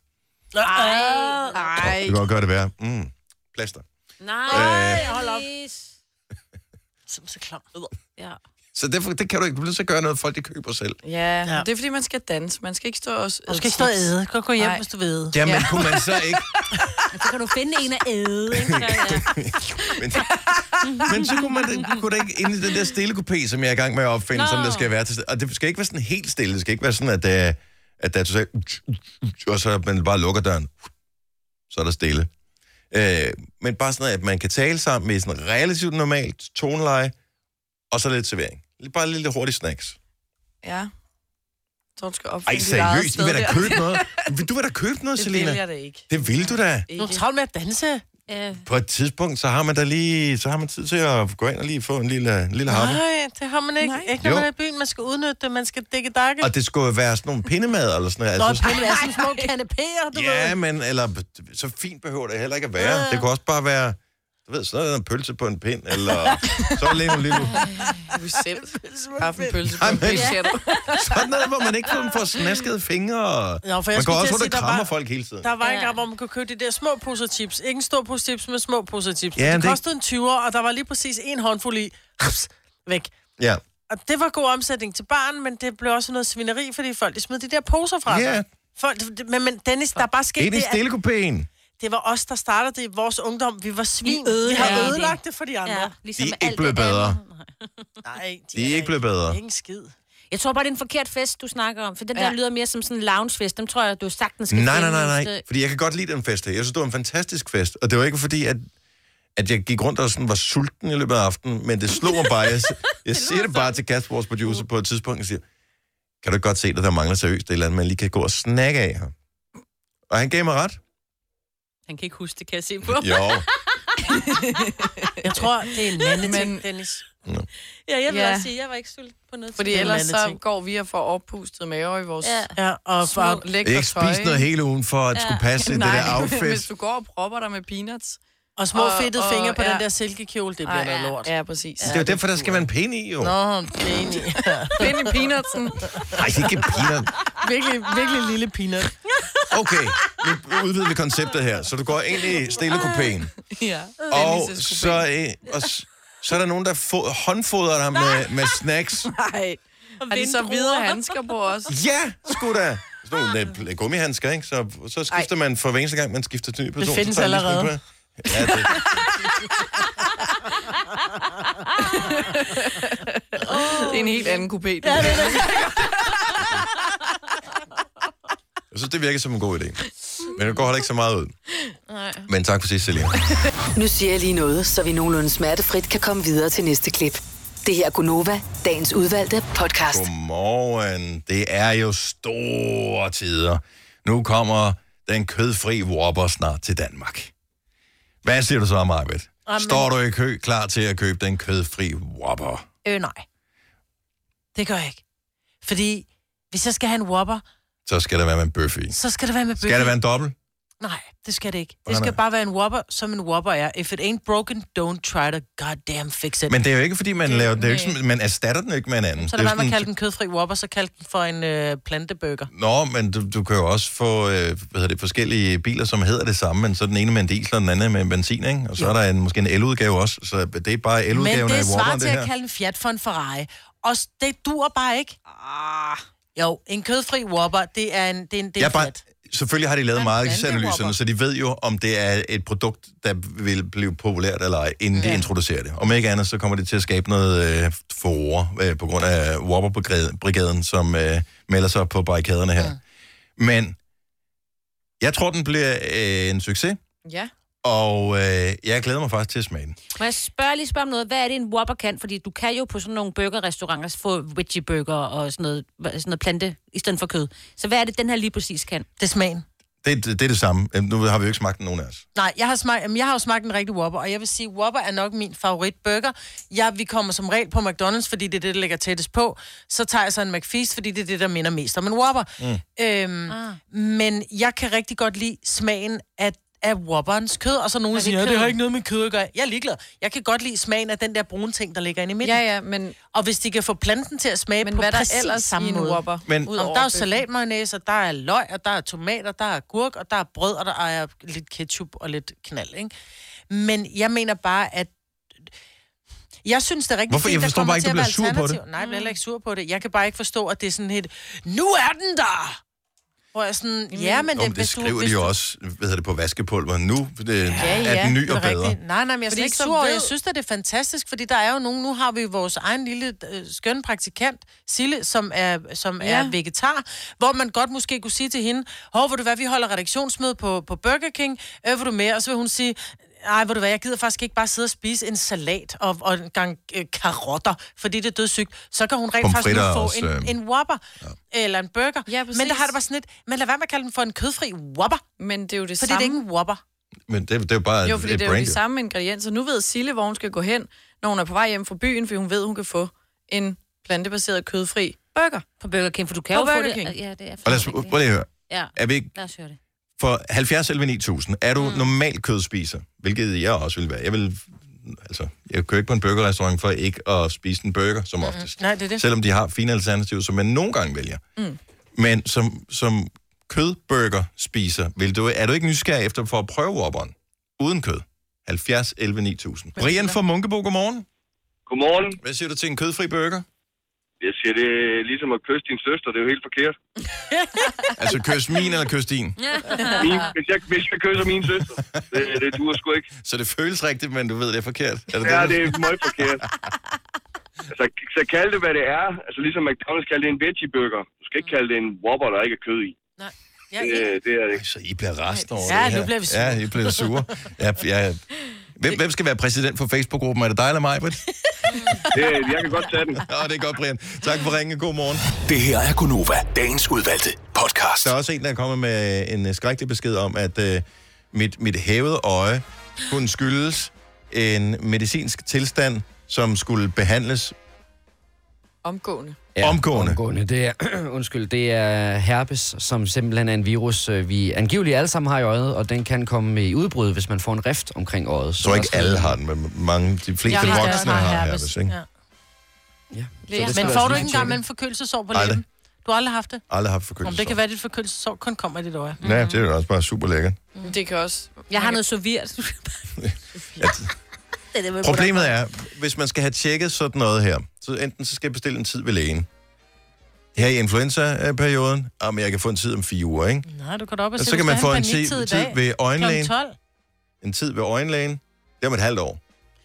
Speaker 3: Nej,
Speaker 1: Det kan godt gøre det værre. Mm, plaster.
Speaker 2: Nej,
Speaker 1: Øh.
Speaker 2: hold op.
Speaker 3: Som så klam.
Speaker 2: Ja.
Speaker 1: Så derfor, det kan du ikke. Du bliver nødt til at gøre noget, folk de køber selv.
Speaker 4: Ja, ja, det er fordi, man skal danse. Man skal ikke stå og... øh,
Speaker 3: Du skal ikke stå og æde. Gå, gå hjem, hvis du vil æde.
Speaker 1: Jamen, ja. kunne man så ikke...
Speaker 2: Så kan du finde en at æde, ikke? Så, ja.
Speaker 1: Men, men så kunne man da- kunne da ikke ind i den der stille coupé, som jeg er i gang med at opfinde,
Speaker 2: Nå.
Speaker 1: Nå. som der skal være til stede. Og det skal ikke være sådan helt stille. Det skal ikke være sådan, at, øh, at der er totalt... Og så man bare lukker døren. Så er der stille. Øh, men bare sådan, at man kan tale sammen med sådan relativt normalt toneleje, og så lidt servering. Bare lidt hurtigt snacks.
Speaker 4: Ja. Jeg tror, du skal opfinde
Speaker 1: Ej,
Speaker 4: dit eget
Speaker 1: seriøst, du
Speaker 4: sted
Speaker 1: vil da
Speaker 4: der.
Speaker 1: købe noget. Du vil da købe noget,
Speaker 4: Det vil
Speaker 1: Selina.
Speaker 4: jeg da ikke.
Speaker 1: Det vil du da.
Speaker 3: Du er travlt med at danse.
Speaker 2: Øh.
Speaker 1: På et tidspunkt, så har man da lige, så har man tid til at gå ind og lige få en lille, en lille hammer.
Speaker 3: Nej, det har man ikke. Nej. Ikke når
Speaker 1: Jo.
Speaker 3: man er i byen. Man skal udnytte det. Man skal dække dakke.
Speaker 1: Og det skulle jo være sådan nogle pindemad eller sådan noget.
Speaker 3: Nå, altså, pille er sådan små kanapéer, du
Speaker 1: ja,
Speaker 3: ved.
Speaker 1: men eller, så fint behøver det heller ikke at være. Det kunne også bare være, du ved, sådan noget, en pølse på en pind, eller så er det lige en lille...
Speaker 4: Du er selv. Haft en pølse på
Speaker 1: Nej,
Speaker 4: en
Speaker 1: men-
Speaker 4: pølse.
Speaker 1: Sådan noget, hvor man ikke sådan får snaskede fingre.
Speaker 3: Nå, for
Speaker 1: man
Speaker 3: jeg
Speaker 1: går
Speaker 3: skulle
Speaker 1: også rundt
Speaker 3: til at
Speaker 1: og
Speaker 3: sige, der
Speaker 1: krammer
Speaker 3: var-
Speaker 1: folk hele tiden.
Speaker 3: Der var en gang, hvor man kunne købe de der små poser chips. Ikke en stor pose chips, men små poser chips.
Speaker 1: Ja,
Speaker 3: Ja, det,
Speaker 1: det-
Speaker 3: kostede en 20'er, og der var lige præcis en håndfuld i. Haps, væk.
Speaker 1: Ja.
Speaker 3: Og det var god omsætning til barn, men det blev også noget svineri, fordi folk de smed de der poser fra sig.
Speaker 1: Ja.
Speaker 3: Folk, men, men Dennis, der er bare sket
Speaker 1: Ind i
Speaker 3: det, at
Speaker 1: stillekopæen.
Speaker 3: det var os, der startede det i vores ungdom. Vi var svin.
Speaker 2: Vi ødelagde
Speaker 3: Vi har
Speaker 2: det.
Speaker 3: ødelagt det for de andre. Ja,
Speaker 2: ligesom
Speaker 1: De er ikke blevet bedre.
Speaker 3: Nej,
Speaker 1: De er ikke blevet bedre.
Speaker 3: en skid.
Speaker 2: Jeg tror bare, det er en forkert fest, du snakker om. For den der
Speaker 4: Ja.
Speaker 2: lyder mere som sådan en loungefest. Dem tror jeg, du sagtens skal
Speaker 1: Nej, nej,
Speaker 2: finde
Speaker 1: nej,
Speaker 2: et
Speaker 1: nej.
Speaker 2: sted.
Speaker 1: Fordi jeg kan godt lide den fest her. Jeg synes, det var en fantastisk fest. Og det var ikke fordi, at, at jeg gik rundt og sådan var sulten i løbet af aftenen, men det slog mig bare. Jeg, jeg siger det bare til Kasper, vores producer, på et tidspunkt og siger, kan du ikke godt se, at der mangler seriøst et eller andet, man lige kan gå og snakke af her. Og han gav mig ret.
Speaker 2: Han kan ikke huske det, kan jeg se på.
Speaker 1: Jo.
Speaker 3: Jeg tror, det er en mandeting,
Speaker 4: Men-
Speaker 3: Dennis.
Speaker 2: Ja, jeg vil
Speaker 4: Ja.
Speaker 2: også sige, jeg var ikke sulten på noget
Speaker 4: Fordi
Speaker 2: tidspunkt.
Speaker 4: ellers så går vi og får oppustet maver i vores
Speaker 2: Ja.
Speaker 3: Ja, og
Speaker 4: små,
Speaker 3: for-
Speaker 4: lækre
Speaker 1: Ikke
Speaker 4: tøj,
Speaker 1: spise noget hele ugen for at skulle passe i det
Speaker 4: Nej,
Speaker 1: der
Speaker 4: hvis
Speaker 1: outfit.
Speaker 4: du går og propper dig med peanuts.
Speaker 3: Og små fedtede fingre på den der silkekjole, det bliver
Speaker 4: Ej,
Speaker 3: noget lort.
Speaker 4: Ja, præcis.
Speaker 1: Det er jo derfor, der skal være en pind i, jo.
Speaker 3: Nå, det er enig.
Speaker 4: Pind i peanutsen.
Speaker 1: Nej, ikke peanut.
Speaker 3: Virkelig, virkelig lille peanut.
Speaker 1: Okay, nu udvider vi konceptet her. Så du går ind i stillekopæen.
Speaker 4: Ja.
Speaker 1: Og
Speaker 4: Dennis' kopi.
Speaker 1: så, øh, og s- så er der nogen, der fo- håndfodrer ham med, med snacks.
Speaker 4: Nej. Har de så hvide handsker på os?
Speaker 1: Ja, sgu da. Sådan nogle lidt- lidt gummihandsker, ikke? Så, så skifter man for hver eneste gang, man skifter til en ny person.
Speaker 3: findes
Speaker 1: så tager man lige
Speaker 3: allerede.
Speaker 1: sådan en på. Ja, det,
Speaker 4: Det er en helt anden kopé. Det
Speaker 1: jeg synes, det virker som en god idé. Men det går heller ikke så meget ud.
Speaker 4: Nej.
Speaker 1: Men tak for sidst, Selina.
Speaker 5: Nu siger jeg lige noget, så vi nogenlunde smertefrit kan komme videre til næste klip. Det her er Gunova, dagens udvalgte podcast.
Speaker 1: Godmorgen. Det er jo store tider. Nu kommer den kødfri Whopper snart til Danmark. Hvad siger du så, Marvitt?
Speaker 3: Jamen.
Speaker 1: Står du i kø klar til at købe den kødfri Whopper?
Speaker 3: Øh, nej. Det gør jeg ikke. Fordi hvis jeg skal have en Whopper,
Speaker 1: Så skal der være med en bøf i.
Speaker 3: så skal det være med bøf.
Speaker 1: Skal der være en dobbelt?
Speaker 3: Nej, det skal det ikke. Det
Speaker 1: Hvordan
Speaker 3: skal
Speaker 1: er-
Speaker 3: bare være en Whopper, som en Whopper er. If it ain't broken, don't try to goddamn fix it.
Speaker 1: Men det er jo ikke, fordi man, laver, det er jo ikke, sådan- man erstatter den jo ikke med en anden.
Speaker 3: så
Speaker 1: Det
Speaker 3: lad
Speaker 1: er
Speaker 3: være med at
Speaker 1: sådan-
Speaker 3: kalde den kødfri Whopper, så kald den for en øh, planteburger.
Speaker 1: Nå, men du, du kan jo også få øh, hvad hedder det, forskellige biler, som hedder det samme, men så er den ene med en diesel, og den anden med en benzin, ikke? Og så er der en, måske en el-udgave også, så det er bare
Speaker 3: Men
Speaker 1: el-udgaven af
Speaker 3: det svarer
Speaker 1: Whopper'en,
Speaker 3: til
Speaker 1: det her.
Speaker 3: at kalde en Fiat for en Ferrari. Og s- det dur bare ikke. Ah. Jo, en kødfri Whopper, det er en, det er en, det er
Speaker 1: Jeg er
Speaker 3: en
Speaker 1: bare,
Speaker 3: Fiat.
Speaker 1: selvfølgelig har de lavet
Speaker 3: Whopper.
Speaker 1: markedsanalyserne, så de ved jo, om det er et produkt, der vil blive populært eller ej, inden de introducerer det. Om ikke andet, så kommer det til at skabe noget øh, forår øh, på grund af Whopper-brigaden, som øh, melder sig på barrikaderne her.
Speaker 3: Mm.
Speaker 1: Men jeg tror, den bliver øh, en succes,
Speaker 4: Ja.
Speaker 1: og øh, jeg glæder mig faktisk til at smage den.
Speaker 2: Må jeg spørge, lige spørge om noget? Hvad er det, en Whopper kan? Fordi du kan jo på sådan nogle burgerrestauranter få veggie burger og sådan noget, sådan noget plante i stedet for kød. Så hvad er det, den her lige præcis kan?
Speaker 3: Det er smagen.
Speaker 1: Det, det, det er det samme. Øhm, Nu har vi jo ikke smagt den, nogen af os.
Speaker 3: Nej, jeg har, smagt, jamen, jeg har jo smagt en rigtig Whopper, og jeg vil sige, Whopper er nok min favoritburger. Jeg, vi kommer som regel på McDonald's, fordi det er det, der ligger tættest på. Så tager jeg så en McFeast, fordi det er det, der minder mest om en Whopper. Mm. Øhm, ah. Men jeg kan rigtig godt lide smagen af, af Whopperens kød, og så nogen
Speaker 4: det
Speaker 3: siger, ja,
Speaker 4: kød?"
Speaker 3: det har ikke noget med kød at gøre. Jeg er ligeglad. Jeg kan godt lide smagen af den der brune ting, der ligger inde i midten.
Speaker 4: Ja, ja, men...
Speaker 3: Og hvis de kan få planten til at smage
Speaker 4: Men
Speaker 3: på
Speaker 4: hvad er der
Speaker 3: præcis
Speaker 4: ellers
Speaker 3: samme
Speaker 4: i en
Speaker 3: måde.
Speaker 4: Whopper,
Speaker 1: Men-
Speaker 3: Om,
Speaker 1: udover
Speaker 3: der er jo
Speaker 4: bøffen?
Speaker 3: salatmayonnaise, og der er løg, og der er tomater, der er gurk, og der er brød, og der er lidt ketchup og lidt knald, ikke? Men jeg mener bare, at Jeg synes, det er rigtig
Speaker 1: Hvorfor?
Speaker 3: fint,
Speaker 1: Jeg
Speaker 3: der
Speaker 1: forstår
Speaker 3: kommer
Speaker 1: bare ikke,
Speaker 3: til
Speaker 1: du
Speaker 3: at
Speaker 1: bliver
Speaker 3: være
Speaker 1: sur på
Speaker 3: alternativer.
Speaker 1: det.
Speaker 3: Nej, jeg bliver heller ikke sur på det. Jeg kan bare ikke forstå, at det er sådan helt, nu er den der! Hvor jeg sådan, ja, men
Speaker 1: Nå, men det
Speaker 3: hvis du-
Speaker 1: skriver
Speaker 3: hvis
Speaker 1: de jo
Speaker 3: du-
Speaker 1: også, hvad hedder det, på vaskepulveret nu. Det
Speaker 3: Ja, ja,
Speaker 1: er den ny
Speaker 3: det
Speaker 1: og
Speaker 3: er
Speaker 1: bedre.
Speaker 3: rigtigt. Nej, nej, men jeg er
Speaker 4: Fordi
Speaker 3: slet ikke
Speaker 4: så
Speaker 3: sur. Ved...
Speaker 4: ved-
Speaker 3: Jeg synes, at det er fantastisk, fordi der er jo nogen, nu har vi jo vores egen lille øh, skønne praktikant, Sille, som er, som ja.
Speaker 4: Ja.
Speaker 3: er vegetar, hvor man godt måske kunne sige til hende, hov, hvor du hvad, vi holder redaktionsmøde på, på Burger King, øh, vil du med? Og så vil hun sige, ej, hvor du hvad, jeg gider faktisk ikke bare sidde og spise en salat og, og en gang øh, karotter, fordi det er dødssygt. Så kan hun rent faktisk nu
Speaker 1: Pomfritter
Speaker 3: få
Speaker 1: er også,
Speaker 3: en,
Speaker 1: øh,
Speaker 3: en Whopper ja. eller en burger. Ja, men der
Speaker 4: præcis.
Speaker 3: har det bare sådan lidt, men lad være med at kalde den for en kødfri Whopper.
Speaker 4: Men det er jo det
Speaker 3: fordi
Speaker 4: samme.
Speaker 3: det er ikke en Whopper.
Speaker 1: Men det, det er jo bare
Speaker 4: Jo,
Speaker 1: et
Speaker 4: fordi det er jo
Speaker 1: brand,
Speaker 4: de samme ingredienser. Nu ved Sille, hvor hun skal gå hen, når hun er på vej hjem fra byen, fordi hun ved, hun kan få en plantebaseret kødfri burger.
Speaker 2: På Burger King, for du kan
Speaker 4: på
Speaker 2: jo få
Speaker 4: Burger
Speaker 2: det-
Speaker 4: King.
Speaker 2: Ja, det er
Speaker 1: Og lad os, prøv lige at høre.
Speaker 2: Ja.
Speaker 1: Er vi ikke
Speaker 2: Lad os høre det.
Speaker 1: for 70 eller 9000, er du mm. normal kødspiser, hvilket jeg også vil være. Jeg vil, altså, jeg kører ikke på en burgerrestaurant for ikke at spise en burger, som oftest.
Speaker 3: Nej, det er det.
Speaker 1: Selvom de har fine alternativer, som man nogle gange vælger.
Speaker 3: Mm.
Speaker 1: Men som, som kødburger spiser, vil du, er du ikke nysgerrig efter for at prøve Whopperen? Uden kød. 70 11 9000. Brian fra Munkebo, godmorgen.
Speaker 14: Godmorgen.
Speaker 1: Hvad siger du til en kødfri burger?
Speaker 14: Jeg siger, det er ligesom at kysse din søster, det er jo helt forkert.
Speaker 1: Altså kys min eller kys din?
Speaker 14: Min, hvis, jeg, hvis jeg kysser min søster, det, det duer sgu ikke.
Speaker 1: Så det føles rigtigt, men du ved, det er forkert. Er det
Speaker 14: Ja,
Speaker 1: du-
Speaker 14: det er meget forkert. Altså, så kald det, hvad det er. Altså, ligesom McDonald's kalder det en veggie burger. Du skal ikke kalde det en whopper, der ikke er kød i.
Speaker 3: Ja,
Speaker 14: Det, det er det ikke.
Speaker 1: Så I bliver rasende over
Speaker 14: Ja,
Speaker 1: det her.
Speaker 14: nu bliver vi sure.
Speaker 1: Ja, I bliver sure. Ja, ja. Hvem, hvem skal være præsident for Facebook-gruppen? Er det dig eller mig, Britt?
Speaker 14: Det, jeg kan godt tage den.
Speaker 1: Ja, det er godt, Brian. Tak for ringen. God morgen.
Speaker 6: Det her er Gunova, dagens udvalgte podcast.
Speaker 1: Der er også en, der er kommet med en øh, skrækkelig besked om, at øh, mit, mit hævede øje kunne skyldes en medicinsk tilstand, som skulle behandles
Speaker 4: Omgående.
Speaker 1: ja, omgående.
Speaker 7: omgående. Det er, undskyld, det er herpes, som simpelthen er en virus, øh, vi angiveligt alle sammen har i øjet, og den kan komme i udbrud, hvis man får en rift omkring øjet.
Speaker 1: Jeg tror ikke alle har den, men mange, de fleste voksne har herpes, ikke?
Speaker 3: Ja.
Speaker 7: det skal
Speaker 3: Men
Speaker 7: være
Speaker 3: får
Speaker 7: sådan
Speaker 3: du
Speaker 7: en
Speaker 3: ikke engang med en forkølelsesår på
Speaker 1: Aldrig.
Speaker 3: læben? Du har aldrig haft det?
Speaker 1: Aldrig haft
Speaker 3: Om det
Speaker 1: forkølelse.
Speaker 3: kan være, at dit forkølelsesår kun kommer i dit øje.
Speaker 1: Ja, det er jo også bare super lækkert.
Speaker 4: Det kan også.
Speaker 2: Jeg har noget sovirt. det er det,
Speaker 1: Problemet er, hvis man skal have tjekket sådan noget her, så enten så skal jeg bestille en tid ved lægen. Her i influenza-perioden, ah, men jeg kan få en tid om fire uger, ikke?
Speaker 3: Nej, du kan da op og
Speaker 1: Og
Speaker 3: se,
Speaker 1: så kan
Speaker 3: du
Speaker 1: man
Speaker 3: skal
Speaker 1: få
Speaker 3: have
Speaker 1: en tid,
Speaker 3: paniktid i
Speaker 1: tid
Speaker 3: dag.
Speaker 1: ved øjenlægen.
Speaker 3: Klokken 12.
Speaker 1: En tid ved øjenlægen. Det er om et halvt år.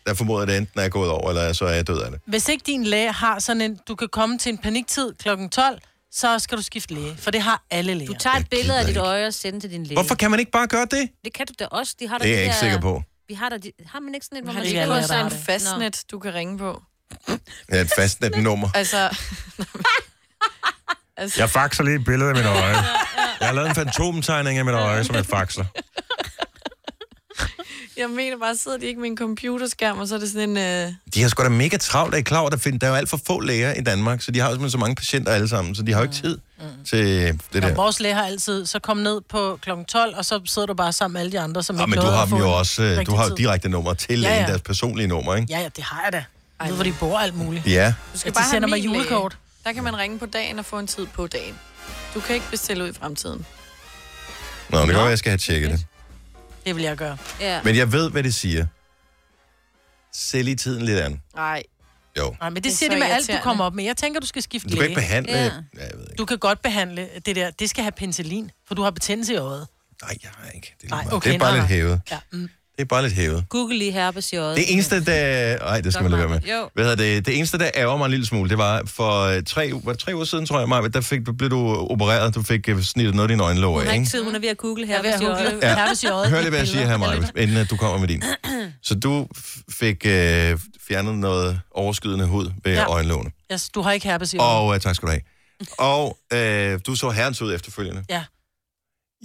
Speaker 1: Der formoder jeg, det enten er gået over, eller så er jeg død af det.
Speaker 3: Hvis ikke din læge har sådan en, du kan komme til en paniktid klokken 12, så skal du skifte læge, for det har alle læger.
Speaker 2: Du tager et billede af dit øje og sender til din læge.
Speaker 1: Hvorfor kan man ikke bare gøre det?
Speaker 2: Det kan du da også. De har
Speaker 1: Det er jeg ikke sikker på.
Speaker 2: Vi har da... De, har man ikke sådan et, hvor
Speaker 4: Har
Speaker 2: man
Speaker 4: de
Speaker 2: lige
Speaker 4: ikke
Speaker 2: går
Speaker 4: også
Speaker 2: sådan
Speaker 4: en fastnet, du kan ringe på?
Speaker 1: Ja, et fastnet nummer.
Speaker 4: Altså... altså
Speaker 15: Jeg faxer lige et billede af mit øje. Jeg har lavet en fantomtegning af mit øje, som jeg faxer.
Speaker 4: jeg mener bare, sidder de ikke med en computerskærm, og så er det sådan en... Øh...
Speaker 1: De har sgu da mega travlt, er I klar over, der, find, der er jo alt for få læger i Danmark, så de har jo simpelthen så mange patienter alle sammen, så de har
Speaker 3: Mm.
Speaker 1: jo ikke tid til det
Speaker 3: Det
Speaker 1: der.
Speaker 3: Når vores læge har altid, så kom ned på klokken 12, og så sidder du bare sammen med alle de andre, som
Speaker 1: Ja,
Speaker 3: ikke
Speaker 1: Ah, men du
Speaker 3: nåede
Speaker 1: har
Speaker 3: at
Speaker 1: dem
Speaker 3: få
Speaker 1: jo
Speaker 3: en
Speaker 1: også, øh,
Speaker 3: rigtig
Speaker 1: du har jo
Speaker 3: tid.
Speaker 1: direkte nummer til
Speaker 3: Ja,
Speaker 1: ja, ja.
Speaker 3: ja.
Speaker 1: deres personlige nummer, ikke?
Speaker 3: Ja, ja, det har jeg da. Jeg ved, hvor de bor og alt muligt.
Speaker 1: Ja.
Speaker 4: Du skal
Speaker 3: Ja, de
Speaker 4: bare have
Speaker 3: sender mig
Speaker 4: min læge.
Speaker 3: julekort.
Speaker 4: Der kan man ringe på dagen og få en tid på dagen. Du kan ikke bestille ud i fremtiden.
Speaker 1: Nå, det kan godt være, jeg skal have tjekket det.
Speaker 3: Det vil jeg gøre.
Speaker 4: Ja.
Speaker 1: Men jeg ved, hvad det siger. Se lige tiden lidt an.
Speaker 4: Nej.
Speaker 1: Jo.
Speaker 3: Nej, men det,
Speaker 4: Det er
Speaker 3: det siger
Speaker 4: så
Speaker 3: de med alt, du
Speaker 4: irriterende.
Speaker 3: kommer op med. Jeg tænker, du skal skifte
Speaker 1: Du kan
Speaker 3: læge.
Speaker 1: ikke behandle- Ja, jeg
Speaker 3: Du kan godt behandle det der. Det skal have penicillin, for du har betændelse i øjet.
Speaker 1: Nej, jeg har ikke. Det er,
Speaker 3: Nej,
Speaker 1: det er bare
Speaker 3: nej,
Speaker 1: lidt
Speaker 3: nej.
Speaker 1: hævet.
Speaker 3: Ja. Mm.
Speaker 1: Det er bare lidt hævet.
Speaker 2: Google lige herpes i øjet.
Speaker 1: Det eneste, der... Ej, det skal man lade være med.
Speaker 2: Jo.
Speaker 1: Hvad hedder det? Det eneste, der ærger mig en lille smule, det var for øh, tre, u- var det tre uger siden, tror jeg, Maja, der fik, blev du opereret, du fik øh, snittet noget af dine øjenlåg
Speaker 2: Hun har
Speaker 1: af,
Speaker 2: ikke
Speaker 1: ikke?
Speaker 2: tid, hun er ved at google
Speaker 3: Jeg er ved
Speaker 2: herpes
Speaker 3: at
Speaker 2: i
Speaker 3: google
Speaker 2: øjet.
Speaker 1: Hør lige, hvad jeg siger her, Maja, inden at du kommer med din. Så du f- fik øh, fjernet noget overskydende hud ved
Speaker 3: Ja.
Speaker 1: ja. øjenlågene.
Speaker 3: Yes, du har ikke herpes i øjet.
Speaker 1: Og øh, tak skal du have. Og øh, du så herrens ud efterfølgende.
Speaker 3: Ja.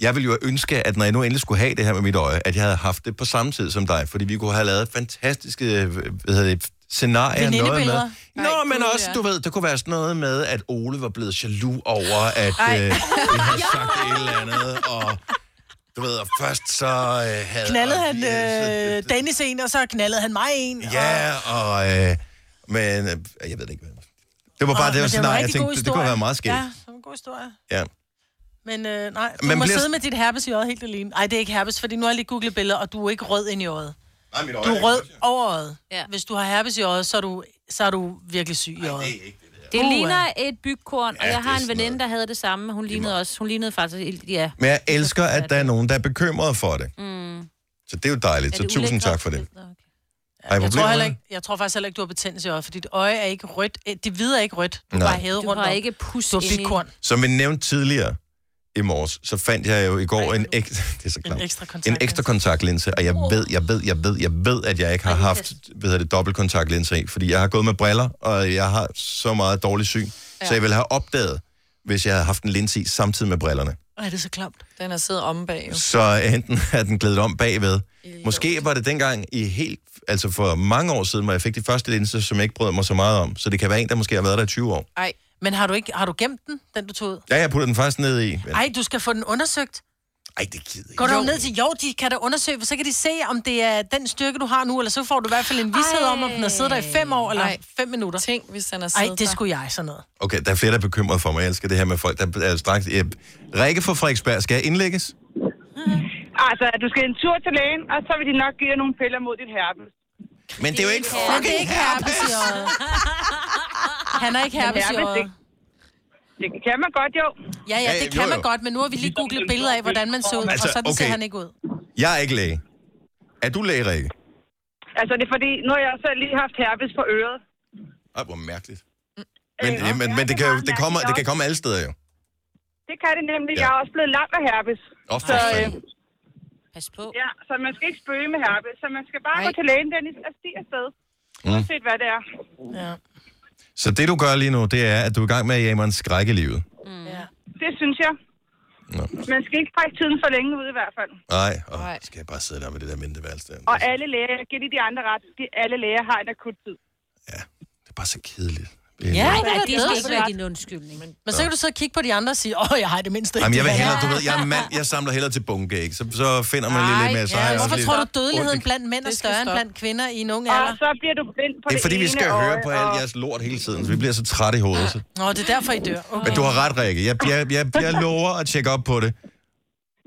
Speaker 1: Jeg ville jo ønske, at når jeg nu endelig skulle have det her med mit øje, at jeg havde haft det på samme tid som dig, fordi vi kunne have lavet fantastiske øh, hvad hedder det, scenarier. Noget med.
Speaker 3: Venindebilleder.
Speaker 1: Nå, men også, du ved, det kunne være sådan noget med, at Ole var blevet jaloux over, at
Speaker 3: Ej.
Speaker 1: øh, vi havde sagt et eller andet, og du ved, og først så øh, havde...
Speaker 3: Knaldede han øh, Dennis en, og så knaldede han mig en.
Speaker 1: Ja, og... Øh, men øh, jeg ved det ikke, hvad. Det var bare det,
Speaker 3: Nå, men
Speaker 1: var
Speaker 3: en
Speaker 1: scenarie, jeg
Speaker 3: rigtig god
Speaker 1: tænkte, det, det kunne
Speaker 3: historie.
Speaker 1: være meget skægt.
Speaker 3: Ja, det var en god historie.
Speaker 1: Ja.
Speaker 3: Men øh, nej, du
Speaker 1: Man
Speaker 3: må
Speaker 1: bliver-
Speaker 3: sidde med dit herpes i øjet helt alene. Nej, det er ikke herpes, fordi nu har jeg lige googlet billeder, og du er ikke rød ind i øjet.
Speaker 1: Nej, mit øje
Speaker 3: Du
Speaker 1: er
Speaker 3: er
Speaker 1: ikke
Speaker 3: rød overøjet. Ja. Hvis du har herpes i øjet, så er du, så er du virkelig syg i øjet. det
Speaker 2: Det ligner et bygkorn, ja, og
Speaker 1: Ja,
Speaker 2: jeg
Speaker 1: det
Speaker 2: har
Speaker 1: er
Speaker 2: en
Speaker 1: sådan
Speaker 2: veninde, der havde det samme. Hun lignede også. Hun lignede faktisk, ja.
Speaker 1: Men jeg elsker, at der er nogen, der er bekymrede for det.
Speaker 2: Mm.
Speaker 1: Så det er jo dejligt.
Speaker 2: Er
Speaker 1: Så
Speaker 2: det
Speaker 1: tusind
Speaker 2: ulækkert?
Speaker 1: tak for det. Har I
Speaker 3: Jeg tror,
Speaker 1: problemer
Speaker 3: heller
Speaker 1: med
Speaker 3: ikke, jeg tror faktisk heller ikke, du har betændelse i øjet, for dit øje er ikke rødt. Eh, Det hvide er ikke rødt. Du
Speaker 1: Nej.
Speaker 3: Nej. bare hævet
Speaker 2: Du
Speaker 3: rundt
Speaker 2: har
Speaker 3: om.
Speaker 2: ikke pus
Speaker 3: Du har
Speaker 2: inde i-
Speaker 3: fedtkorn.
Speaker 1: det? Som vi nævnte tidligere i morges, så fandt jeg jo i går en, ek- det er så klamt.
Speaker 3: ekstra
Speaker 1: en ekstra kontaktlinse, og jeg ved, jeg ved, jeg ved, jeg ved, at jeg ikke har haft hvad hedder det, dobbelt kontaktlinse i, fordi jeg har gået med briller, og jeg har så meget dårlig syn, ja. så jeg ville have opdaget, hvis jeg havde haft en linse i samtidig med brillerne.
Speaker 3: Ej, det er så klamt.
Speaker 4: Den er siddet omme bag, jo.
Speaker 1: Så øh, enten er den glædet om bagved.
Speaker 3: Øh,
Speaker 1: Måske var det dengang i helt, altså for mange år siden, hvor jeg fik de første linser, som jeg ikke brød mig så meget om. Så det kan være en, der måske har været der i 20 år.
Speaker 3: Ej. Men har du, ikke, har du gemt den, den du tog ud?
Speaker 1: Ja, jeg putter den faktisk ned i. Men,
Speaker 3: Ej, du skal få den undersøgt.
Speaker 1: ej, det gider jeg
Speaker 3: Går du ned til, jo, de kan da undersøge, for så kan de se, om det er den styrke, du har nu, eller så får du i hvert fald en vished om, om den har siddet der i fem år, eller
Speaker 4: Ej.
Speaker 3: fem minutter.
Speaker 4: Tænk, hvis den har
Speaker 3: Ej,
Speaker 4: siddet
Speaker 3: det
Speaker 4: der.
Speaker 3: skulle jeg sådan noget.
Speaker 1: Okay, der er flere, der er bekymrede for mig. Jeg elsker det her med folk, der er straks... Øh, Rikke fra Frederiksberg, skal jeg indlægges?
Speaker 8: Altså, du skal en tur til lægen, og så vil de nok give dig nogle piller mod dit herpes.
Speaker 1: Men det er jo ikke
Speaker 3: Men det er ikke herpes i øjet. Han er ikke
Speaker 8: Men
Speaker 3: herpes i
Speaker 8: herpes,
Speaker 3: øjet.
Speaker 8: Det kan man godt, jo.
Speaker 3: Ja, ja, det
Speaker 1: Ja,
Speaker 3: kan
Speaker 1: jo,
Speaker 3: man
Speaker 1: jo.
Speaker 3: godt, men nu har vi lige googlet billeder af, hvordan man så ud,
Speaker 1: Altså,
Speaker 3: og sådan ser
Speaker 1: okay.
Speaker 3: han ikke ud.
Speaker 1: Jeg er ikke læge. Er du læge, Rikke?
Speaker 8: Altså, det er fordi, nu har jeg også lige haft herpes på øret.
Speaker 1: Ej, hvor mærkeligt. Men, øh, men, men det, kan, jo- det, kommer, det kan komme alle steder jo.
Speaker 8: Det kan det nemlig. Ja. Jeg er også blevet lam af herpes.
Speaker 1: Åh, for
Speaker 3: øh,
Speaker 1: fanden.
Speaker 2: Pas på.
Speaker 8: Ja, så man skal ikke spøge med herpes. Så man skal bare Ej. gå til lægen, Dennis, og stige afsted.
Speaker 1: Mm.
Speaker 8: Mm. Uanset hvad det er.
Speaker 3: Ja.
Speaker 1: Så det, du gør lige nu, det er, at du er i gang med at jage mig en skræk i livet.
Speaker 8: Det synes jeg.
Speaker 1: Nå.
Speaker 8: Man skal ikke trække tiden for længe ud i hvert fald.
Speaker 1: Nej, og skal jeg bare sidde der med det der mindre værelse der.
Speaker 8: Og alle læger, jeg giver de de andre ret, de, alle læger har en akut tid.
Speaker 1: Det er bare så kedeligt.
Speaker 3: Ja,
Speaker 2: Nej,
Speaker 3: det er
Speaker 2: nej, det skal
Speaker 3: bedre.
Speaker 2: ikke være din undskyldning.
Speaker 3: Men så kan du sidde og kigge på de andre og sige, åh, jeg har det mindste.
Speaker 1: Jamen, jeg vil hellere, du ved, jeg er mand, jeg samler hellere til bunke, ikke? Så, så finder man lige lidt mere. Så har jeg
Speaker 3: ja,
Speaker 1: også
Speaker 3: hvorfor
Speaker 1: lidt
Speaker 3: tror du,
Speaker 1: ondt i-
Speaker 3: dødeligheden blandt mænd er større end blandt kvinder i en ung alder?
Speaker 8: Og så bliver du blind på
Speaker 1: Det er fordi, vi skal høre på
Speaker 8: alt.
Speaker 1: alt jeres lort hele tiden, så vi bliver så trætte i hovedet. Så.
Speaker 3: Nå, det er derfor, I dør. Okay.
Speaker 1: Men du har ret, Rikke. Jeg, jeg, jeg, jeg lover at tjekke op på det.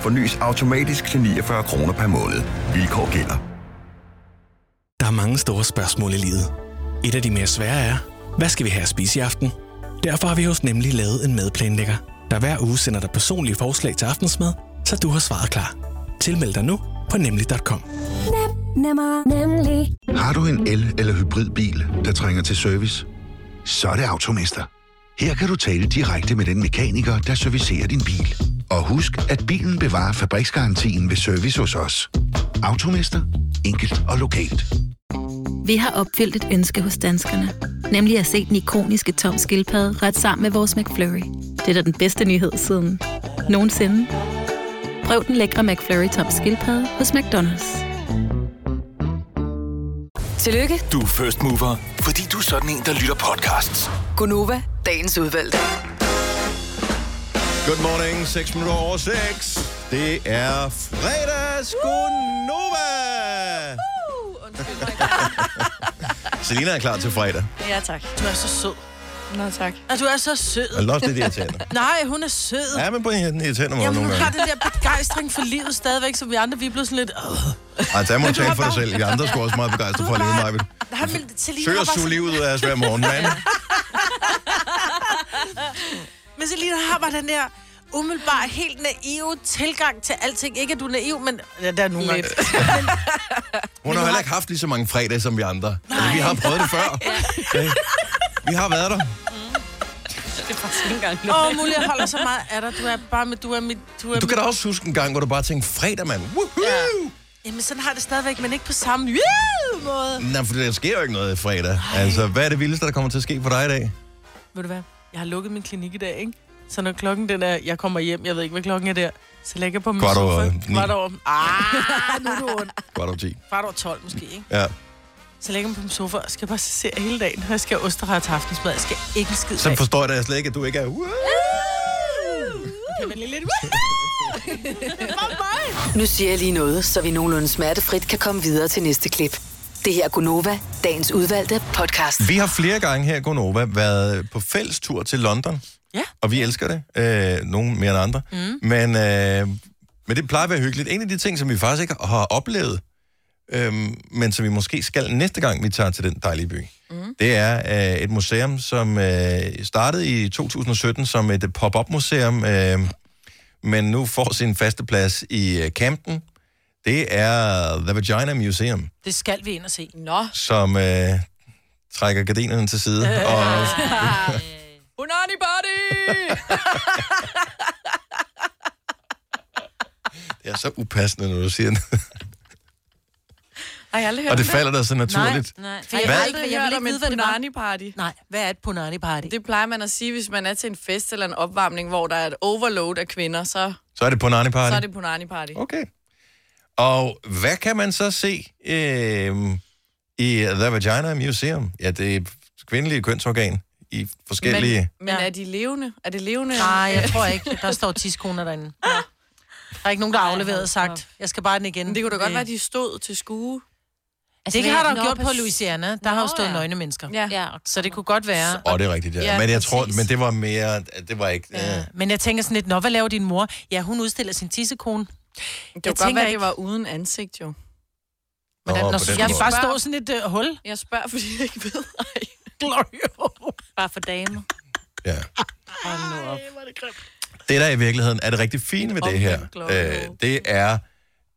Speaker 11: Fornyes automatisk til 49 kroner per måned. Vilkår gælder.
Speaker 16: Der er mange store spørgsmål i livet. Et af de mere svære er, hvad skal vi have at spise i aften? Derfor har vi hos Nemlig lavet en madplanlægger, der hver uge sender dig personlige forslag til aftensmad, så du har svaret klar. Tilmeld dig nu på nemlig.com.
Speaker 17: Nem, nemmer, nemlig.
Speaker 18: Har du en el- eller hybridbil, der trænger til service? Så er det Automester. Her kan du tale direkte med den mekaniker, der servicerer din bil. Og husk, at bilen bevarer fabriksgarantien ved service hos os. Automester. Enkelt og lokalt.
Speaker 19: Vi har opfyldt et ønske hos danskerne. Nemlig at se den ikoniske tom skildpadde ret sammen med vores McFlurry. Det er da den bedste nyhed siden nogensinde. Prøv den lækre McFlurry tom skildpadde hos McDonald's.
Speaker 5: Tillykke,
Speaker 6: Du er first mover, fordi du er sådan en, der lytter podcasts.
Speaker 5: Gunova, dagens udvalgte.
Speaker 1: Good morning, 6 minutter over 6. Det er fredags. Godnova! Selina er klar til fredag.
Speaker 4: Ja, tak.
Speaker 3: Du er så sød.
Speaker 4: Nå, tak.
Speaker 3: Og du er så sød.
Speaker 1: Jeg Altså, er også lidt irriterende.
Speaker 3: Nej, hun er sød.
Speaker 1: Ja, men på en irriterende måde
Speaker 3: Jamen,
Speaker 1: nogle
Speaker 3: hun har
Speaker 1: gange.
Speaker 3: den der begejstring for livet stadigvæk, som vi andre, vi er blevet sådan lidt... "Åh."
Speaker 1: Ej, der må du
Speaker 3: Men du
Speaker 1: tale
Speaker 3: har
Speaker 1: for dig
Speaker 3: bare-
Speaker 1: selv. Vi andre er sgu også meget begejstrede for at leve, Marvind.
Speaker 3: Nej, men Selina
Speaker 1: Søg
Speaker 3: har
Speaker 1: at
Speaker 3: bare
Speaker 1: suge
Speaker 3: sådan-
Speaker 1: livet ud af os hver morgen, mand.
Speaker 3: Men Selina har bare den der umiddelbart helt naive tilgang til alting. Ikke at du er naiv, men... Ja, der er nogle gange.
Speaker 1: Hun har heller ikke haft lige så mange fredage som vi andre. Altså, vi har prøvet det før. Ja. Vi har været der.
Speaker 4: Det er faktisk ikke engang
Speaker 3: Åh, oh, mulig, jeg holder så meget af dig. Du er bare med... Du er mit... Du er
Speaker 1: Du kan
Speaker 3: mit...
Speaker 1: da også huske en gang, hvor du bare tænkte, fredag, mand. Woohoo!
Speaker 3: Jamen, sådan har jeg det stadigvæk, men ikke på samme "Woo!" måde.
Speaker 1: Nej, for der sker jo ikke noget i fredag. Altså, hvad er det vildeste, der kommer til at ske for dig i dag?
Speaker 3: Ved du hvad? Jeg har lukket min klinik i dag, ikke? Så når klokken den er, jeg kommer hjem, jeg ved ikke, hvad klokken er der, så lægger jeg på min
Speaker 1: Kvart over
Speaker 3: sofa.
Speaker 1: ni.
Speaker 3: Kvart over. Ah, nu er du ondt.
Speaker 1: Godt over 10.
Speaker 3: Kvart over 12 måske, ikke?
Speaker 1: Ja.
Speaker 3: Så lægger jeg mig på min sofa, og skal bare se hele dagen. Og jeg skal have osterret til aftensmad. Jeg skal ikke en skid
Speaker 1: Så
Speaker 3: af.
Speaker 1: forstår jeg da slet ikke, at du ikke er... Woo!
Speaker 3: Jeg vil lige lidt...
Speaker 5: Nu siger jeg lige noget, så vi nogenlunde smertefrit kan komme videre til næste klip. Det her er Gunova, dagens udvalgte podcast.
Speaker 1: Vi har flere gange her i Gonova været på fælles tur til London.
Speaker 3: Ja.
Speaker 1: Og vi elsker det. Øh, nogle mere end andre. Mm. Men, øh, men det plejer at være hyggeligt. En af de ting, som vi faktisk ikke har oplevet, øh, men som vi måske skal næste gang, vi tager til den dejlige by, mm. det er øh, et museum, som øh, startede i 2017 som et øh, pop-up museum, øh, men nu får sin faste plads i øh, Camden. Det er The Vagina Museum
Speaker 3: Det skal vi ind og se. Nå.
Speaker 1: som øh, trækker gardinerne til side. Øh. Og,
Speaker 4: Unani body!
Speaker 1: det er så upassende, når du siger det.
Speaker 4: Ej, jeg har aldrig hørt
Speaker 1: Og
Speaker 4: om
Speaker 1: det falder da så naturligt.
Speaker 4: Nej, nej.
Speaker 1: Hvad?
Speaker 4: Jeg, har aldrig, jeg
Speaker 3: hørt
Speaker 4: vil
Speaker 3: om
Speaker 4: ikke vide,
Speaker 3: et
Speaker 4: hvad det var. Party.
Speaker 3: Nej, hvad er et punani party?
Speaker 4: Det plejer man at sige, hvis man er til en fest eller en opvarmning, hvor der er et overload af kvinder, så,
Speaker 1: Så er det på Nani
Speaker 4: så er
Speaker 1: Party.
Speaker 4: det punani party.
Speaker 1: Okay. Og hvad kan man så se øh, i The Vagina Museum? Ja, det er kvindelige kønsorgan i forskellige... Men...
Speaker 4: Men, men ja. er de levende? Er det levende?
Speaker 3: Nej, jeg tror ikke. Der står tidskoner derinde. Ja. Der er ikke nogen, der har afleveret og sagt, jeg skal bare den igen.
Speaker 4: Det kunne da godt
Speaker 3: Øh.
Speaker 4: være, de stod til skue.
Speaker 3: Altså, det
Speaker 4: Sådan
Speaker 3: har der
Speaker 4: en-
Speaker 3: jo
Speaker 4: Nå,
Speaker 3: gjort på
Speaker 4: pas-
Speaker 3: Louisiana. Der har jo stået nøgne mennesker.
Speaker 4: Ja.
Speaker 3: ja. Så det kunne godt være.
Speaker 1: Og det er rigtigt, ja.
Speaker 3: Ja,
Speaker 1: ja men jeg
Speaker 3: præcis.
Speaker 1: tror, men det var mere... Det var ikke... Ja. Øh.
Speaker 3: Men jeg tænker sådan lidt, nå, hvad laver din mor? Ja, hun udstiller sin tissekone.
Speaker 4: Det kunne godt være, det var uden ansigt, jo.
Speaker 1: Nå,
Speaker 3: Hvordan,
Speaker 1: på
Speaker 3: når
Speaker 1: den
Speaker 3: jeg
Speaker 1: måde.
Speaker 3: bare står sådan et uh, hul.
Speaker 4: Jeg spørger, fordi jeg ikke ved.
Speaker 3: Glorio. Bare for damer.
Speaker 1: Ja.
Speaker 3: Hold nu op.
Speaker 1: Det, der i virkeligheden er det rigtig fine ved det her, øh, det er,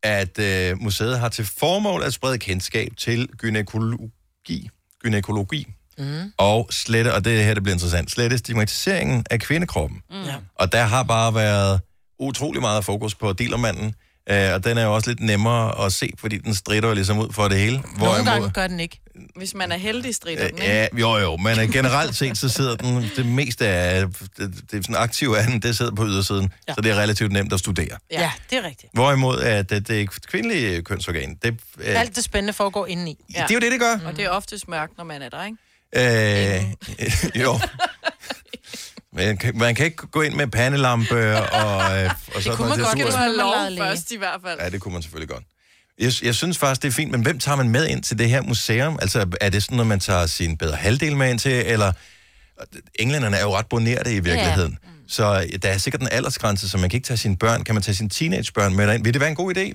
Speaker 1: at øh, museet har til formål at sprede kendskab til gynækologi, gynækologi
Speaker 17: Mm.
Speaker 1: og slette, og det er her, det bliver interessant, slette stigmatiseringen af kvindekroppen.
Speaker 17: Mm. Ja.
Speaker 1: Og der har bare været utrolig meget fokus på delermanden, øh, og den er jo også lidt nemmere at se, fordi den strider jo ligesom ud for det hele.
Speaker 4: Nogle
Speaker 1: Hvorimod-
Speaker 4: gange
Speaker 3: gør den ikke.
Speaker 4: Hvis man er heldig, strider den, ikke?
Speaker 1: Øh, Ja, jo jo, men øh, generelt set, så sidder den, det meste af øh, det, det sådan aktive af den, det sidder på ydersiden, ja. så det er relativt nemt at studere.
Speaker 3: Ja, det er rigtigt.
Speaker 1: Hvorimod at det, det kvindelige kønsorgan, det, øh, øh,
Speaker 3: Alt det spændende foregår indeni.
Speaker 1: Det er jo det, det gør.
Speaker 4: Og det er oftest mørkt, når man er der, ikke?
Speaker 1: øh, jo, man kan, man kan ikke gå ind med pandelampe og, øh, og sådan noget.
Speaker 4: godt, hvis
Speaker 1: duer
Speaker 4: man
Speaker 1: ikke.
Speaker 4: lov først i hvert fald.
Speaker 1: Ja, det kunne man selvfølgelig godt. Jeg, jeg synes faktisk, det er fint, men hvem tager man med ind til det her museum? Altså, er det sådan, at man tager sin bedre halvdel med ind til, eller... Englænderne er jo ret bonerte i virkeligheden. Ja. Mm. Så der er sikkert en aldersgrænse, så man kan ikke tage sine børn. Kan man tage sine teenagebørn med derind? Vil det være en god idé?
Speaker 3: Nej,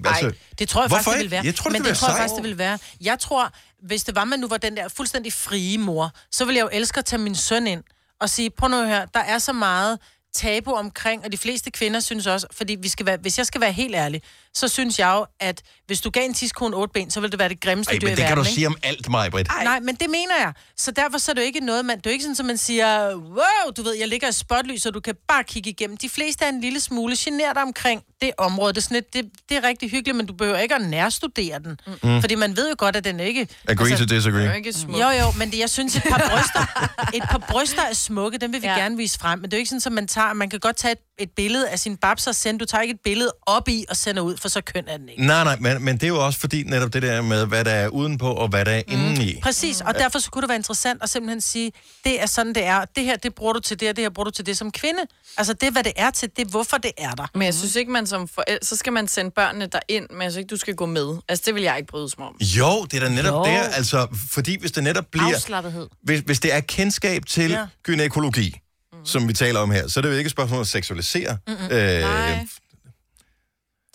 Speaker 3: det tror jeg
Speaker 1: Altså, hvorfor
Speaker 3: faktisk, det
Speaker 1: ikke?
Speaker 3: vil være.
Speaker 1: Jeg tror, det,
Speaker 3: Men
Speaker 1: vil
Speaker 3: det tror jeg
Speaker 1: være
Speaker 3: faktisk, det vil være. Jeg tror, hvis det var, man nu var den der fuldstændig frie mor, så ville jeg jo elske at tage min søn ind og sige, prøv nu her, der er så meget tabu omkring, og de fleste kvinder synes også, fordi vi skal være, hvis jeg skal være helt ærlig, så synes jeg jo, at hvis du gav en tiskone otte ben, så ville det være det grimmeste
Speaker 1: Ej,
Speaker 3: dyr i
Speaker 1: men det
Speaker 3: verden,
Speaker 1: kan du
Speaker 3: ikke?
Speaker 1: sige om alt, mig, Britt.
Speaker 3: Ej. Nej, men det mener jeg. Så derfor så er det jo ikke noget, man... Det er jo ikke sådan, at man siger, wow, du ved, jeg ligger i spotlys, og du kan bare kigge igennem. De fleste er en lille smule generet omkring det område. Det er, sådan lidt, det, det er rigtig hyggeligt, men du behøver ikke at nærstudere den. Mm.
Speaker 1: Mm.
Speaker 3: Fordi man ved jo godt, at den ikke...
Speaker 1: Agree to disagree. Den er jo
Speaker 4: ikke
Speaker 3: smuk. altså, Jo, jo, men det, jeg synes, et par bryster, et par bryster er smukke, dem vil vi ja. gerne vise frem. Men det er jo ikke sådan, at man tager... Man kan godt tage et, et billede af sin babs og sende... Du tager ikke et billede op i og sender ud, for så køn er den ikke.
Speaker 1: Nej, nej, men, men det er jo også fordi netop det der med, hvad der er udenpå og hvad der er mm. indeni.
Speaker 3: Præcis, og
Speaker 1: Ja.
Speaker 3: derfor så kunne det være interessant at simpelthen sige, det er sådan, det er. Det her, det bruger du til det, og det her bruger du til det som kvinde. Altså, det er, hvad det er til, det er, hvorfor det er der.
Speaker 4: Men jeg synes ikke, man som forældre, så skal man sende børnene derind, men jeg synes ikke, du skal gå med. Altså, det vil jeg ikke bryde mig om.
Speaker 1: Jo, det er da netop
Speaker 4: Jo.
Speaker 1: jo. der, altså, fordi hvis det netop bliver...
Speaker 4: Afslappethed.
Speaker 1: Hvis, hvis det er kendskab til
Speaker 4: Ja.
Speaker 1: ja. gynækologi, mm. som vi taler om her, så er det jo ikke et spørgsmål om at seksualisere.
Speaker 2: Mm-mm.
Speaker 1: Øh,
Speaker 2: Så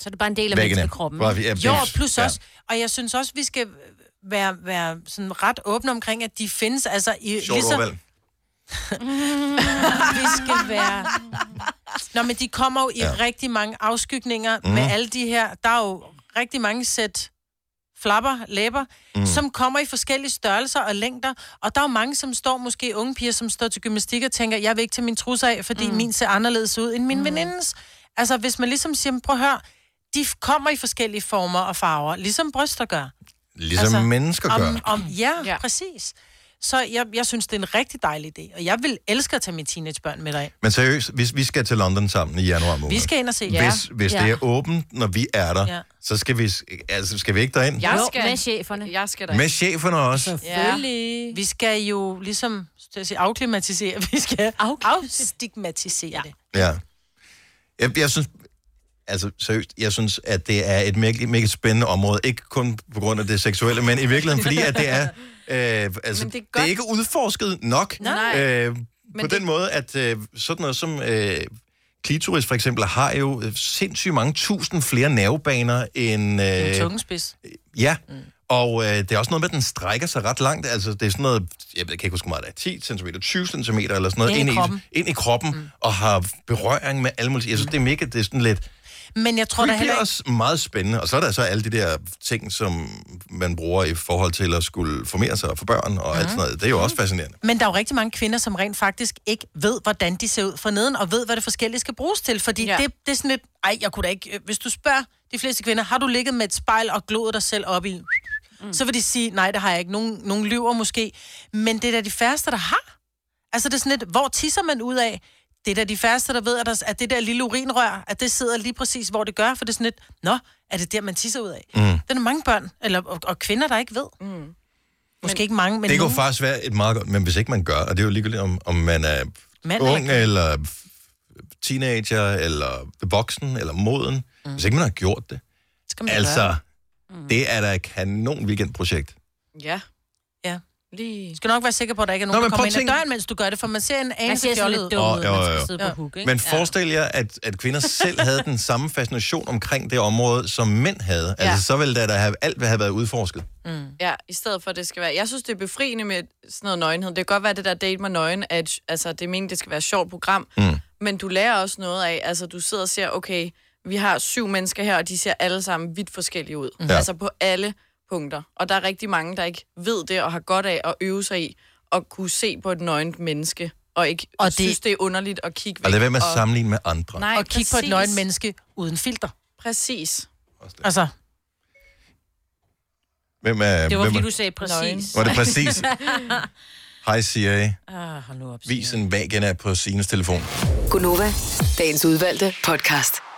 Speaker 2: er det bare en del af
Speaker 1: Væggene.
Speaker 2: menneskekroppen.
Speaker 1: Bare vi- ja,
Speaker 2: ikke?
Speaker 3: Jo,
Speaker 1: det-
Speaker 3: og plus
Speaker 1: ja.
Speaker 3: også, og jeg synes også, vi skal være, være sådan ret åbne omkring, at de findes, altså i,
Speaker 1: Sjovt ordvalg.
Speaker 3: vi skal være... Nå, men de kommer jo i ja.
Speaker 1: Ja.
Speaker 3: rigtig mange afskygninger mm.
Speaker 1: Mhm.
Speaker 3: med alle de her. Der er jo rigtig mange sæt flapper, læber, mm.
Speaker 1: Mm.
Speaker 3: som kommer i forskellige størrelser og længder. Og der er jo mange, som står, måske unge piger, som står til gymnastik og tænker, jeg vil ikke tage min trus af, fordi mm. min ser anderledes ud end min mm. venindes. Altså, hvis man ligesom siger, "Men prøv at høre, de f- kommer i forskellige former og farver, ligesom bryster gør.
Speaker 1: Ligesom mennesker gør.
Speaker 3: Om, om, ja, ja, præcis. Så jeg, jeg synes, det er en rigtig dejlig idé. Og jeg vil elske at tage mine teenagebørn med dig.
Speaker 1: Men seriøst, hvis vi skal til London sammen i januar måned.
Speaker 3: Vi skal ind og se.
Speaker 1: Ja. Hvis, hvis ja. det
Speaker 3: Ja.
Speaker 1: er åbent, når vi er der, ja.
Speaker 3: Ja.
Speaker 1: så skal vi, s- altså, skal vi ikke derind?
Speaker 3: Jeg skal. med cheferne. Jeg skal
Speaker 1: Med cheferne også.
Speaker 3: Selvfølgelig. Ja. Vi skal jo ligesom skulle jeg sige, afklimatisere. Vi skal afstigmatisere ja. det.
Speaker 1: Ja. Jeg, jeg synes, altså seriøst, jeg synes, at det er et mega, mega spændende område. Ikke kun på grund af det seksuelle, men i virkeligheden, fordi at det er, øh, altså, det
Speaker 4: Men det
Speaker 1: er,
Speaker 4: er
Speaker 1: det
Speaker 4: godt-
Speaker 1: er ikke udforsket nok.
Speaker 4: Nej.
Speaker 1: Øh, på
Speaker 4: Men
Speaker 1: den måde, at øh, sådan noget som øh, klitoris for eksempel, har jo øh, sindssygt mange tusind flere nervebaner end...
Speaker 3: En
Speaker 1: Øh,
Speaker 3: tungespids.
Speaker 1: ja, mm. og øh, det er også noget med, at den strækker sig ret langt. Altså, det er sådan noget, jeg ved- kan ikke huske hvor meget, det er 10 cm, 20 cm eller sådan noget.
Speaker 3: Ind i kroppen.
Speaker 1: ind i kroppen mm. og har berøring med alle mulige... Jeg synes, det er mega, det er sådan lidt...
Speaker 3: Men jeg tror da
Speaker 1: det bliver
Speaker 3: heller ikke...
Speaker 1: også meget spændende. Og så er der så alle de der ting, som man bruger i forhold til at skulle formere sig og få børn og mm. alt sådan noget. Det er jo også fascinerende.
Speaker 3: Men der er jo rigtig mange kvinder, som rent faktisk ikke ved, hvordan de ser ud for neden, og ved, hvad det forskellige skal bruges til. Fordi ja. det, det er sådan lidt, ej, jeg kunne da ikke... øh, Hvis du spørger de fleste kvinder, har du ligget med et spejl og gloet dig selv op i? Mm. Så vil de sige, nej, det har jeg ikke. Nogen, nogen lyver måske. Men det er da de færreste, der har. Altså det er sådan lidt, hvor tisser man ud af? Det er da de færreste, der ved, at, der, at det der lille urinrør, at det sidder lige præcis, hvor det gør. For det er sådan lidt, nå, er det der, man tisser ud af?
Speaker 1: Mm.
Speaker 3: Det er der mange børn, eller, og, og kvinder, der ikke ved. Mm. Måske ikke mange, men
Speaker 1: det kunne
Speaker 3: nogen.
Speaker 1: faktisk være et meget godt, men hvis ikke man gør, og det er jo ligegyldigt, om, om man er
Speaker 3: Mand
Speaker 1: Mand
Speaker 3: eller
Speaker 1: ung eller, eller teenager eller voksen eller moden, mm. hvis ikke man har gjort det.
Speaker 3: Skal
Speaker 4: man
Speaker 1: altså,
Speaker 4: gøre
Speaker 1: mm. det er da et kanon weekendprojekt.
Speaker 4: Ja.
Speaker 3: Ja.
Speaker 4: Lige.
Speaker 3: skal nok være sikker på, at der ikke er
Speaker 1: Nå,
Speaker 3: nogen,
Speaker 1: men
Speaker 3: der kommer
Speaker 1: prøv
Speaker 3: ind
Speaker 1: at
Speaker 3: ad døren, mens du gør det, for man ser en anelse
Speaker 2: ser sådan
Speaker 3: fjollet
Speaker 2: lidt
Speaker 3: ud.
Speaker 2: dum
Speaker 1: Åh, jo, jo, jo.
Speaker 2: sidde på huk, ikke?
Speaker 1: Men forestil jer, at, at kvinder selv havde den samme fascination omkring det område, som mænd havde. Altså,
Speaker 4: Ja.
Speaker 1: så ville der, der have, alt have været udforsket.
Speaker 4: Mm. Ja, i stedet for, at det skal være... Jeg synes, det er befriende med sådan noget nøgenhed. Det kan godt være, at det der date med nøgen, at altså, det er meningen, det skal være et sjovt program.
Speaker 1: Mm.
Speaker 4: Men du lærer også noget af, altså du sidder og ser, okay, vi har syv mennesker her, og de ser alle sammen vidt forskellige ud.
Speaker 1: Mhm.
Speaker 4: Mm.
Speaker 1: Ja.
Speaker 4: Altså på alle punkter. Og der er rigtig mange, der ikke ved det, og har godt af at øve sig i, at kunne se på et nøgent menneske, og ikke og det... synes, det er underligt at kigge væk.
Speaker 1: Og lad være med at sammenligne med andre.
Speaker 4: Nej,
Speaker 3: og kigge på et
Speaker 4: præcis.
Speaker 3: nøgen menneske uden filter.
Speaker 4: Præcis.
Speaker 3: Altså,
Speaker 1: Hvem er,
Speaker 2: Det var,
Speaker 1: hvem
Speaker 2: fordi
Speaker 1: er,
Speaker 2: du sagde præcis.
Speaker 1: Var det præcis? Hej Siri,
Speaker 2: ah, hold nu op.
Speaker 1: vis en vagina på Sines telefon.
Speaker 5: Gunova, dagens udvalgte podcast.